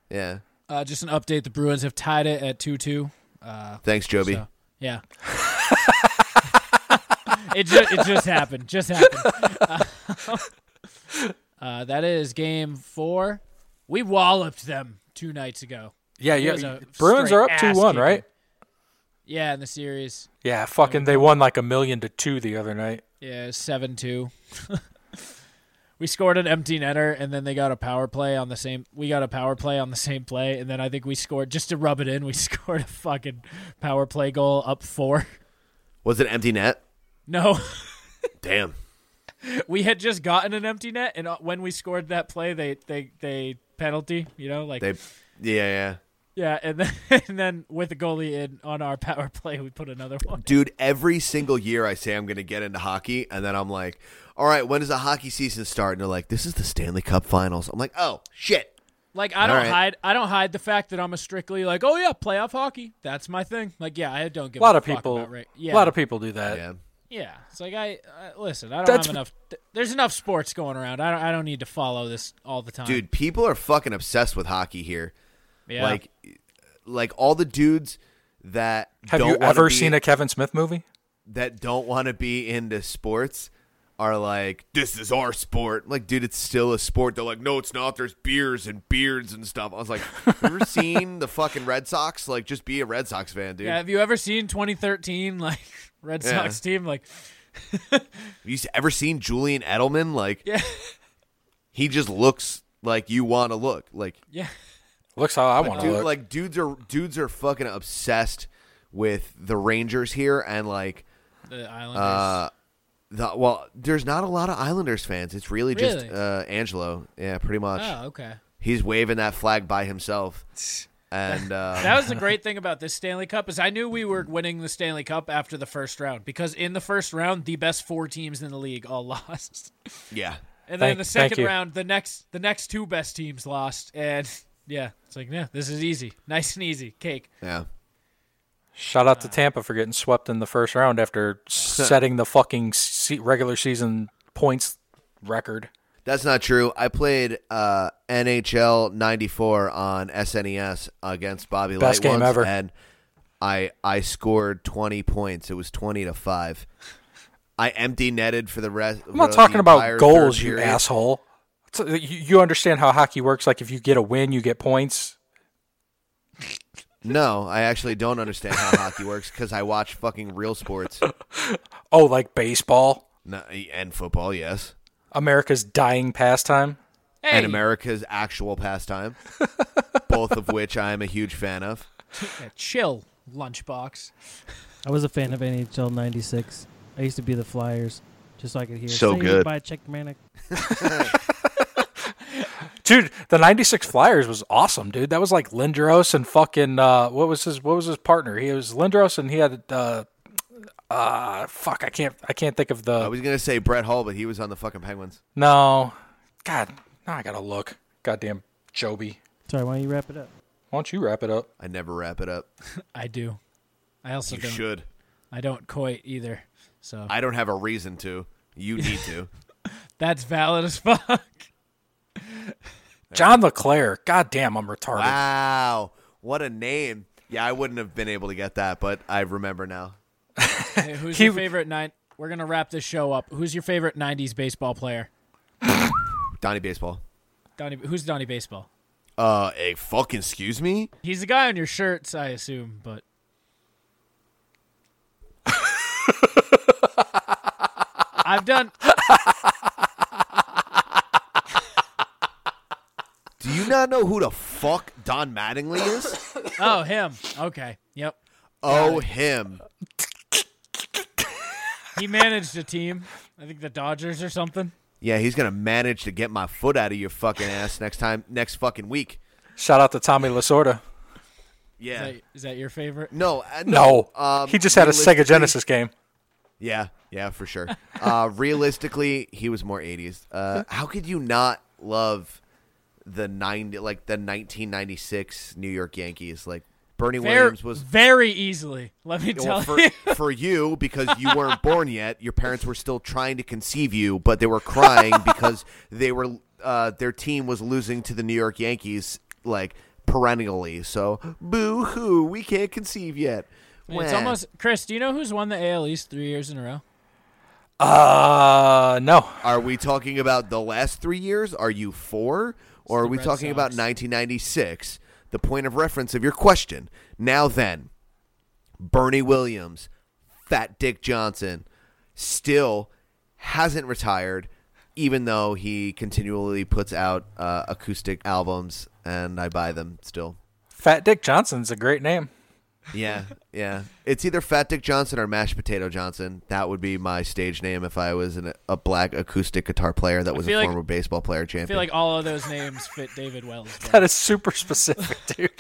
B: Yeah.
A: uh just an update. The Bruins have tied it at two two. Uh,
B: Thanks, Joby.
A: so yeah. it just it just happened. Just happened. Uh, uh, that is game four. We walloped them two nights ago.
C: Yeah,
A: It was
C: yeah.
A: a
C: Bruins
A: straight
C: are up two one,
A: ass-kicking.
C: right?
A: Yeah, in the series.
C: Yeah, fucking. They won like a million to two the other night.
A: Yeah, seven two. we scored an empty netter, and then they got a power play on the same. We got a power play on the same play, and then I think we scored just to rub it in. We scored a fucking power play goal up four.
B: Was it empty net?
A: No,
B: Damn.
A: we had just gotten an empty net, and uh, when we scored that play, they they they penalty. You know, like
B: They. Yeah, yeah.
A: yeah, and then and then with the goalie in on our power play, we put another one.
B: Dude, every single year I say I'm going to get into hockey, and then I'm like, all right, when does the hockey season start? And they're like, this is the Stanley Cup finals. I'm like, oh, shit.
A: Like I don't
B: All right.
A: hide I don't hide the fact that I'm a strictly like, oh yeah, playoff hockey. That's my thing. Like yeah, I don't give
C: A lot
A: a
C: of
A: fuck
C: people,
A: about ra- yeah,
C: a lot of people do that.
B: Yeah.
A: yeah. It's like I uh, listen. I don't
C: That's-
A: have enough. th- there's enough sports going around. I don't. I don't need to follow this all the time,
B: Dude, people are fucking obsessed with hockey here.
A: Yeah.
B: Like like all the dudes that
C: Have
B: don't
C: you
B: wanna
C: ever
B: be,
C: seen a Kevin Smith movie?
B: that don't want to be into sports are like, this is our sport. Like, dude, it's still a sport. They're like, no, it's not. There's beers and beards and stuff. I was like, have you ever seen the fucking Red Sox? Like, just be a Red Sox fan, dude.
A: yeah. Have you ever seen 2013 like Red
B: Yeah.
A: Sox team like
B: Have you ever seen Julian Edelman? Like,
A: yeah
B: he just looks like you want to look. Like,
A: yeah
C: Looks how I want to
B: dude,
C: look.
B: like dudes are dudes are fucking obsessed with the Rangers here and like
A: the
B: uh
A: Islanders.
B: the well there's not a lot of Islanders fans. It's really,
A: Really?
B: just uh Angelo. Yeah, pretty much.
A: oh okay.
B: He's waving that flag by himself. And uh
A: That was the great thing about this Stanley Cup is I knew we were winning the Stanley Cup after the first round because in the first round the best four teams in the league all lost.
B: yeah.
A: And then in
C: Thank-
A: the
C: thank
A: second
C: you.
A: round the next the next two best teams lost and yeah, it's like yeah, this is easy. Nice and easy. Cake.
B: Yeah.
C: Shout out to Tampa for getting swept in the first round after setting the fucking se- regular season points record.
B: That's not true. I played uh, NHL '94 on SNES against Bobby
C: Best
B: Light
C: game
B: once,
C: ever.
B: and I I scored 20 points. It was 20 to five. I empty netted for the rest.
C: I'm not talking about goals, you asshole. It's- You you understand how hockey works? Like if you get a win, you get points.
B: No, I actually don't understand how hockey works because I watch fucking real sports
C: Oh, like baseball,
B: No, and football. Yes,
C: America's dying pastime.
A: Hey,
B: and America's actual pastime, both of which I am a huge fan of.
A: yeah, chill lunchbox.
E: I was a fan of NHL '96. I used to be the Flyers, just so I could hear.
B: So
E: "Say
B: good."
E: goodbye, Czech Manic.
C: Dude, the '96 Flyers was awesome, dude. That was like Lindros and fucking uh, what was his what was his partner? He was Lindros and he had uh, uh, fuck, I can't I can't think of
B: I
C: the
B: was gonna say Brett Hull, but he was on the fucking Penguins.
C: no. God, now I gotta look. Goddamn, Joby,
E: Sorry, why don't you wrap it up?
C: why don't you wrap it up?
B: I never wrap it up.
A: I do. I also
B: You
A: don't.
B: should.
A: I don't coit either. So
B: I don't have a reason to. You need to.
A: that's valid as fuck.
C: John LeClaire. Goddamn, I'm retarded.
B: wow. What a name. Yeah, I wouldn't have been able to get that, but I remember now.
A: Hey, who's
C: He
A: your
C: w-
A: favorite nine? We're gonna wrap this show up. Who's your favorite '90s baseball player?
B: Donnie Baseball.
A: Donnie, who's Donnie Baseball?
B: Uh, a fucking excuse me?
A: He's the guy on your shirts, I assume, but I've done.
B: Do you not know who the fuck Don Mattingly is?
A: Oh, him. Okay. Yep.
B: oh, him.
A: He managed a team. I think the Dodgers or something.
B: Yeah, he's gonna manage to get my foot out of your fucking ass next time, next fucking week.
C: Shout out to Tommy Lasorda.
A: Is
B: Yeah.
A: that, is that your favorite?
B: no, uh,
C: No,
B: Um,
C: he just had a Sega
B: realistically-
C: Genesis game.
B: Yeah, yeah, for sure. Uh, realistically, he was more '80s. Uh, how could you not love the '90, like the 1996 New York Yankees? Like Bernie
A: Very,
B: Williams was
A: very easily. Let me
B: well,
A: tell
B: for,
A: you.
B: for you because you weren't born yet. Your parents were still trying to conceive you, but they were crying because they were uh, their team was losing to the New York Yankees like perennially. So boo hoo, we can't conceive yet.
A: It's
B: Wah.
A: almost Chris. Do you know who's won the AL East three years in a row?
C: Uh, no.
B: Are we talking about the last three years? Are you four? Or are
A: the
B: we
A: Red
B: talking about
A: Sox.
B: 1996? The point of reference of your question. Now then, Bernie Williams, Fat Dick Johnson, still hasn't retired, even though he continually puts out uh, acoustic albums, and I buy them still.
C: Fat Dick Johnson's a great name.
B: Yeah, yeah. It's either Fat Dick Johnson or Mashed Potato Johnson. That would be my stage name if I was an, a black acoustic guitar player that was a
A: feel like-
B: former baseball player champion.
A: I feel like all of those names fit David Wells. but-
C: That is super specific, dude.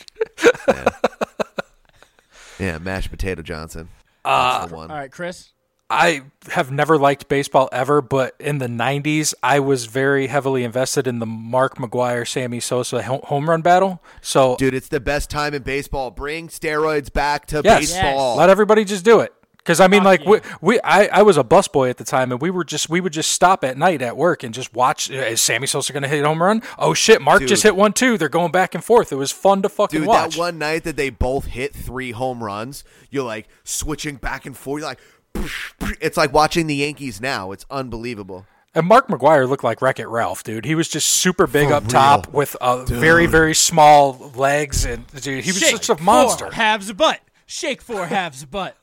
B: yeah, Mashed Potato Johnson. That's the one.
A: All right, Chris.
C: I have never liked baseball ever, but in the 90s, I was very heavily invested in the Mark McGuire, Sammy Sosa ho- home run battle. So,
B: Dude, it's the best time in baseball. Bring steroids back to
C: yes,
B: baseball.
C: let everybody just do it. Because I mean,
A: Fuck
C: like
A: yeah.
C: we, we I, I was a busboy at the time, and we were just we would just stop at night at work and just watch. Is Sammy Sosa going to hit a home run? Oh shit, Mark just
B: Dude.
C: hit one too. They're going back and forth. It was fun to fucking
B: Dude,
C: watch.
B: that one night that they both hit three home runs, you're like switching back and forth. You're like, "Psh, psh." it's like watching the Yankees now. It's unbelievable.
C: And Mark McGuire looked like Wreck It Ralph, dude. He was just super big
B: For
C: up top
B: real.
C: with uh, very, very small legs, and dude, he was
A: Shake
C: such a monster.
A: Four halves a butt. Shake four halves a butt.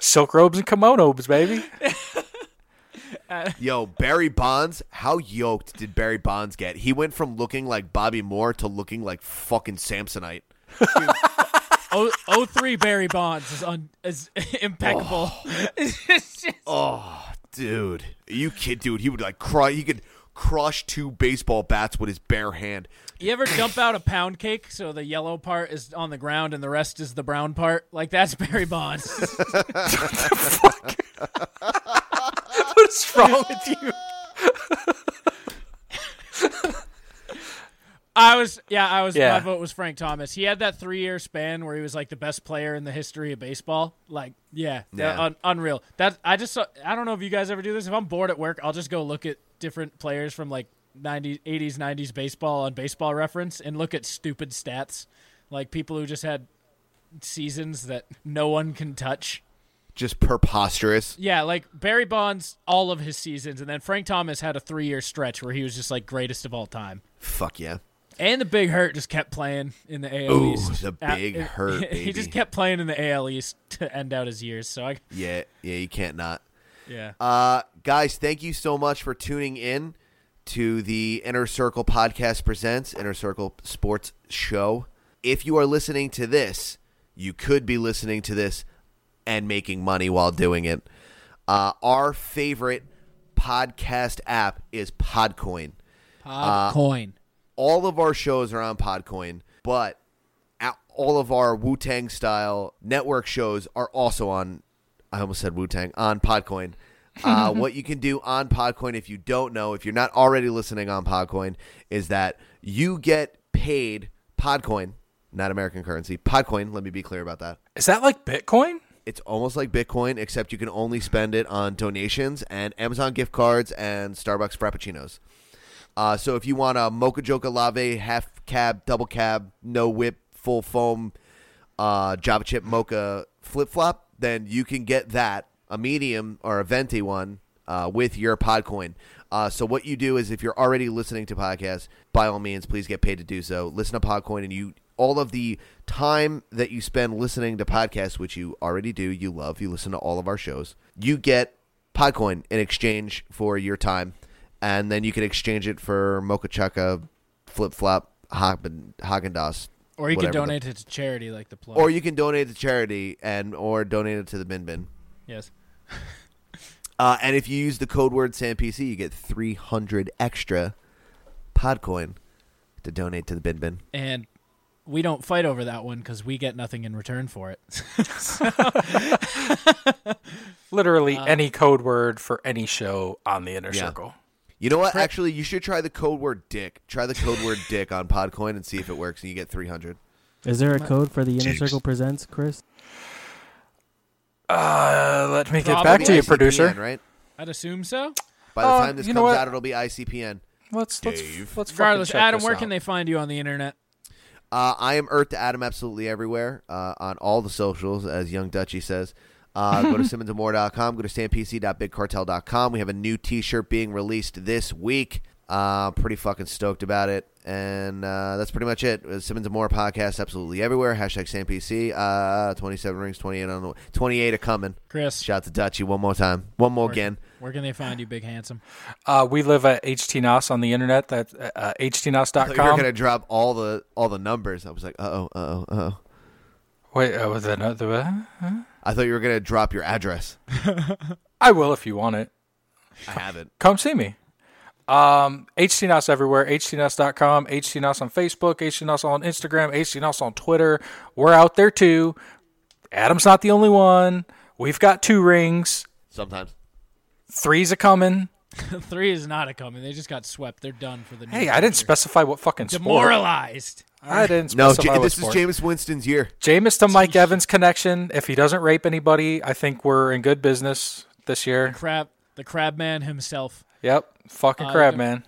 C: Silk robes and kimonos, baby.
B: Yo, Barry Bonds, how yoked did Barry Bonds get? He went from looking like Bobby Moore to looking like fucking Samsonite.
A: O- 03 Barry Bonds is un- is impeccable.
B: Oh.
A: It's just-
B: Dude, you kid, dude, he would like cry. He could crush two baseball bats with his bare hand.
A: you ever dump out a pound cake so the yellow part is on the ground and the rest is the brown part? Like that's Barry Bonds.
C: What is wrong with you?
A: I was yeah, I was
C: Yeah.
A: my vote was Frank Thomas. He had that 3-year span where he was like the best player in the history of baseball. Like, yeah, that-
B: Yeah.
A: un- unreal. That I just saw, I don't know if you guys ever do this. If I'm bored at work, I'll just go look at different players from like 90s 80s 90s baseball on baseball reference and look at stupid stats. Like people who just had seasons that no one can touch.
B: Just preposterous.
A: Yeah, like Barry Bonds all of his seasons and then Frank Thomas had a 3-year stretch where he was just like greatest of all time.
B: Fuck yeah.
A: And the big hurt just kept playing in the AL
B: Ooh,
A: East.
B: the
A: Uh,
B: Big
A: it-
B: Hurt,
A: He just
B: baby.
A: kept playing in the AL East to end out his years. So I,
B: Yeah, yeah, you can't not.
A: yeah,
B: Uh, guys, thank you so much for tuning in to the Inner Circle Podcast Presents Inner Circle Sports Show. If you are listening to this, you could be listening to this and making money while doing it. Uh, our favorite podcast app is Podcoin Uh,
A: coin.
B: all of our shows are on Podcoin, but a- all of our Wu Tang style network shows are also on. I almost said Wu Tang on Podcoin. Uh, what you can do on Podcoin, if you don't know, if you're not already listening on Podcoin, is that you get paid Podcoin, not American currency. Podcoin. Let me be clear about that.
C: Is that like Bitcoin?
B: It's almost like Bitcoin, except you can only spend it on donations and Amazon gift cards and Starbucks frappuccinos. Uh, so if you want a mocha joca lave, half cab, double cab, no whip, full foam, uh, Java chip mocha flip flop, then you can get that a medium or a venti one uh, with your Podcoin. Uh, so what you do is if you're already listening to podcasts, by all means, please get paid to do so. Listen to Podcoin, and you all of the time that you spend listening to podcasts, which you already do, you love, you listen to all of our shows, you get Podcoin in exchange for your time, and then you can exchange it for Mocha Chaka, Flip Flop, Hagen Dazs,
A: Or you can
B: whatever the-
A: donate it to charity, like the plug.
B: or you can donate to charity and or donate it to the bin bin.
A: yes,
B: Uh, and if you use the code word SAMPC, you get three hundred extra Podcoin to donate to the bin bin.
A: and we don't fight over that one because we get nothing in return for it.
C: Literally
A: Uh,
C: any code word for any show on the inner
B: Yeah.
C: circle.
B: You know what? Actually, you should try the code word dick. Try the code word dick on Podcoin and see if it works, and you get three hundred.
E: Is there a code for the Inner Circle Presents, Chris?
C: Uh, let me get
A: Probably
C: back to you,
B: ICPN,
C: producer.
B: Right.
A: I'd assume so.
B: By the
C: Uh,
B: time this
C: you
B: comes
C: know what?
B: out, it'll be ICPN.
C: Let's let's
B: Dave.
C: let's fucking
A: Regardless,
C: check
A: Adam,
C: this
A: where
C: out.
A: can they find you on the internet?
B: Uh, I am Earth to Adam absolutely everywhere uh, on all the socials, as Young Dutchy says. Uh, go to simmonsandmore.com, go to stampc.bigcartel.com. We have a new t shirt being released this week. Uh, pretty fucking stoked about it. And uh, that's pretty much it. Uh, Simmons and More podcast absolutely everywhere. Hashtag SamPC. Uh, 27 rings, 28 on the way. 28 are coming.
A: Chris,
B: Shout out to Dutchy one more time. One more
A: Where-
B: again.
A: Where can they find you, big handsome?
C: Uh, we live at HTNOS on the internet. That's uh,
B: I thought you were
C: HTNOS.com.
B: going to drop all the all the numbers. I was like, uh oh, uh oh, uh oh.
C: Wait, uh, was that another? uh,
B: I thought you were going to drop your address.
C: I will if you want it.
B: I haven't.
C: come see me. Um, HTNOS everywhere, HTNOS.com, HTNOS on Facebook, HTNOS on Instagram, HTNOS on Twitter. We're out there too. Adam's not the only one. We've got two rings.
B: Sometimes.
C: Three's a coming.
A: Three is not a coming. They just got swept. They're done for the.
C: Hey,
A: new
C: I didn't
A: year.
C: specify what fucking sport.
A: Demoralized.
C: I didn't
B: No,
C: specify
B: Ja-
C: what
B: this
C: sport.
B: is James Winston's year.
C: Jameis to Mike Evans connection. If he doesn't rape anybody, I think we're in good business this year.
A: Crab. The crab man himself.
C: Yep, fucking
A: Uh,
C: crab
A: the-
C: man.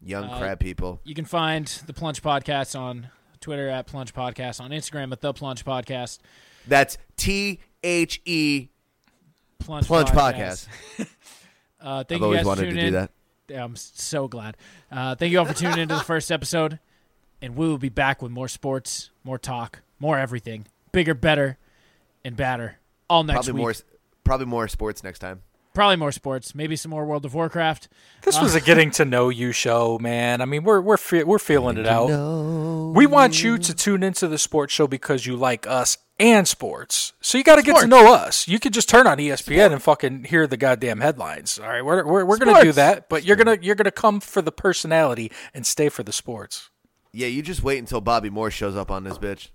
B: Young
A: Uh,
B: crab people.
A: You can find the Plunge Podcast on Twitter at Plunge Podcast, on Instagram at the Plunge Podcast.
B: That's T H E
A: Plunge,
B: Plunge Podcast.
A: Uh, thank
B: I've
A: you
B: always
A: guys for
B: wanted to
A: tuning
B: do
A: in.
B: that.
A: Yeah, I'm s- so glad. Uh, thank you all for tuning into the first episode, and we will be back with more sports, more talk, more everything, bigger, better, and badder. All next
B: Probably
A: week.
B: more. s- Probably more sports next time.
A: Probably more sports. Maybe some more World of Warcraft.
C: This was a getting to know you show, man. I mean, we're we're fe- we're feeling it out. We want you to tune into the sports show because you like us and sports. So you got to get to
A: Sports.
C: know us. You could just turn on E ESPN and fucking hear the goddamn headlines. All right, we're we're, we're going to do
A: Sports.
C: that, but you're gonna you're gonna come for the personality and stay for the sports.
B: Yeah, you just wait until Bobby Moore shows up on this bitch.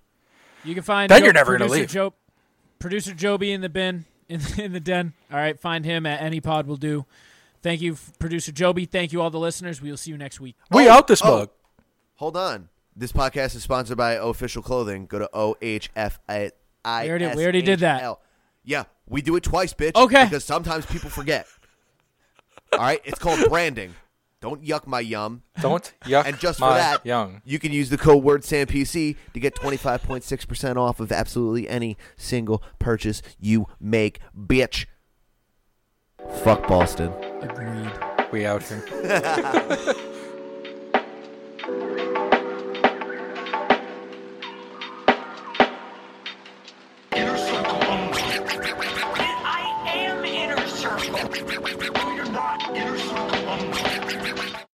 A: You can find
C: Then you're never gonna
A: producer
C: leave.
A: Joe, producer Joby in the bin in the, in the den. All right, find him at any pod will do. Thank you, producer Joby. Thank you, all the listeners. We will see you next week.
C: we
B: Oh,
C: out this
B: oh.
C: mug.
B: Hold on. This podcast is sponsored by Official Clothing. Go to O H F I.
A: We already- we already did that.
B: SHL. Yeah, we do it twice, bitch.
A: Okay.
B: Because sometimes people forget. All right, it's called branding. Don't yuck my yum.
C: Don't yuck
B: And just
C: my
B: for that,
C: young.
B: you can use the code word SAMPC to get 25.6% off of absolutely any single purchase you make, bitch. Fuck Boston.
A: Agreed.
C: We out here.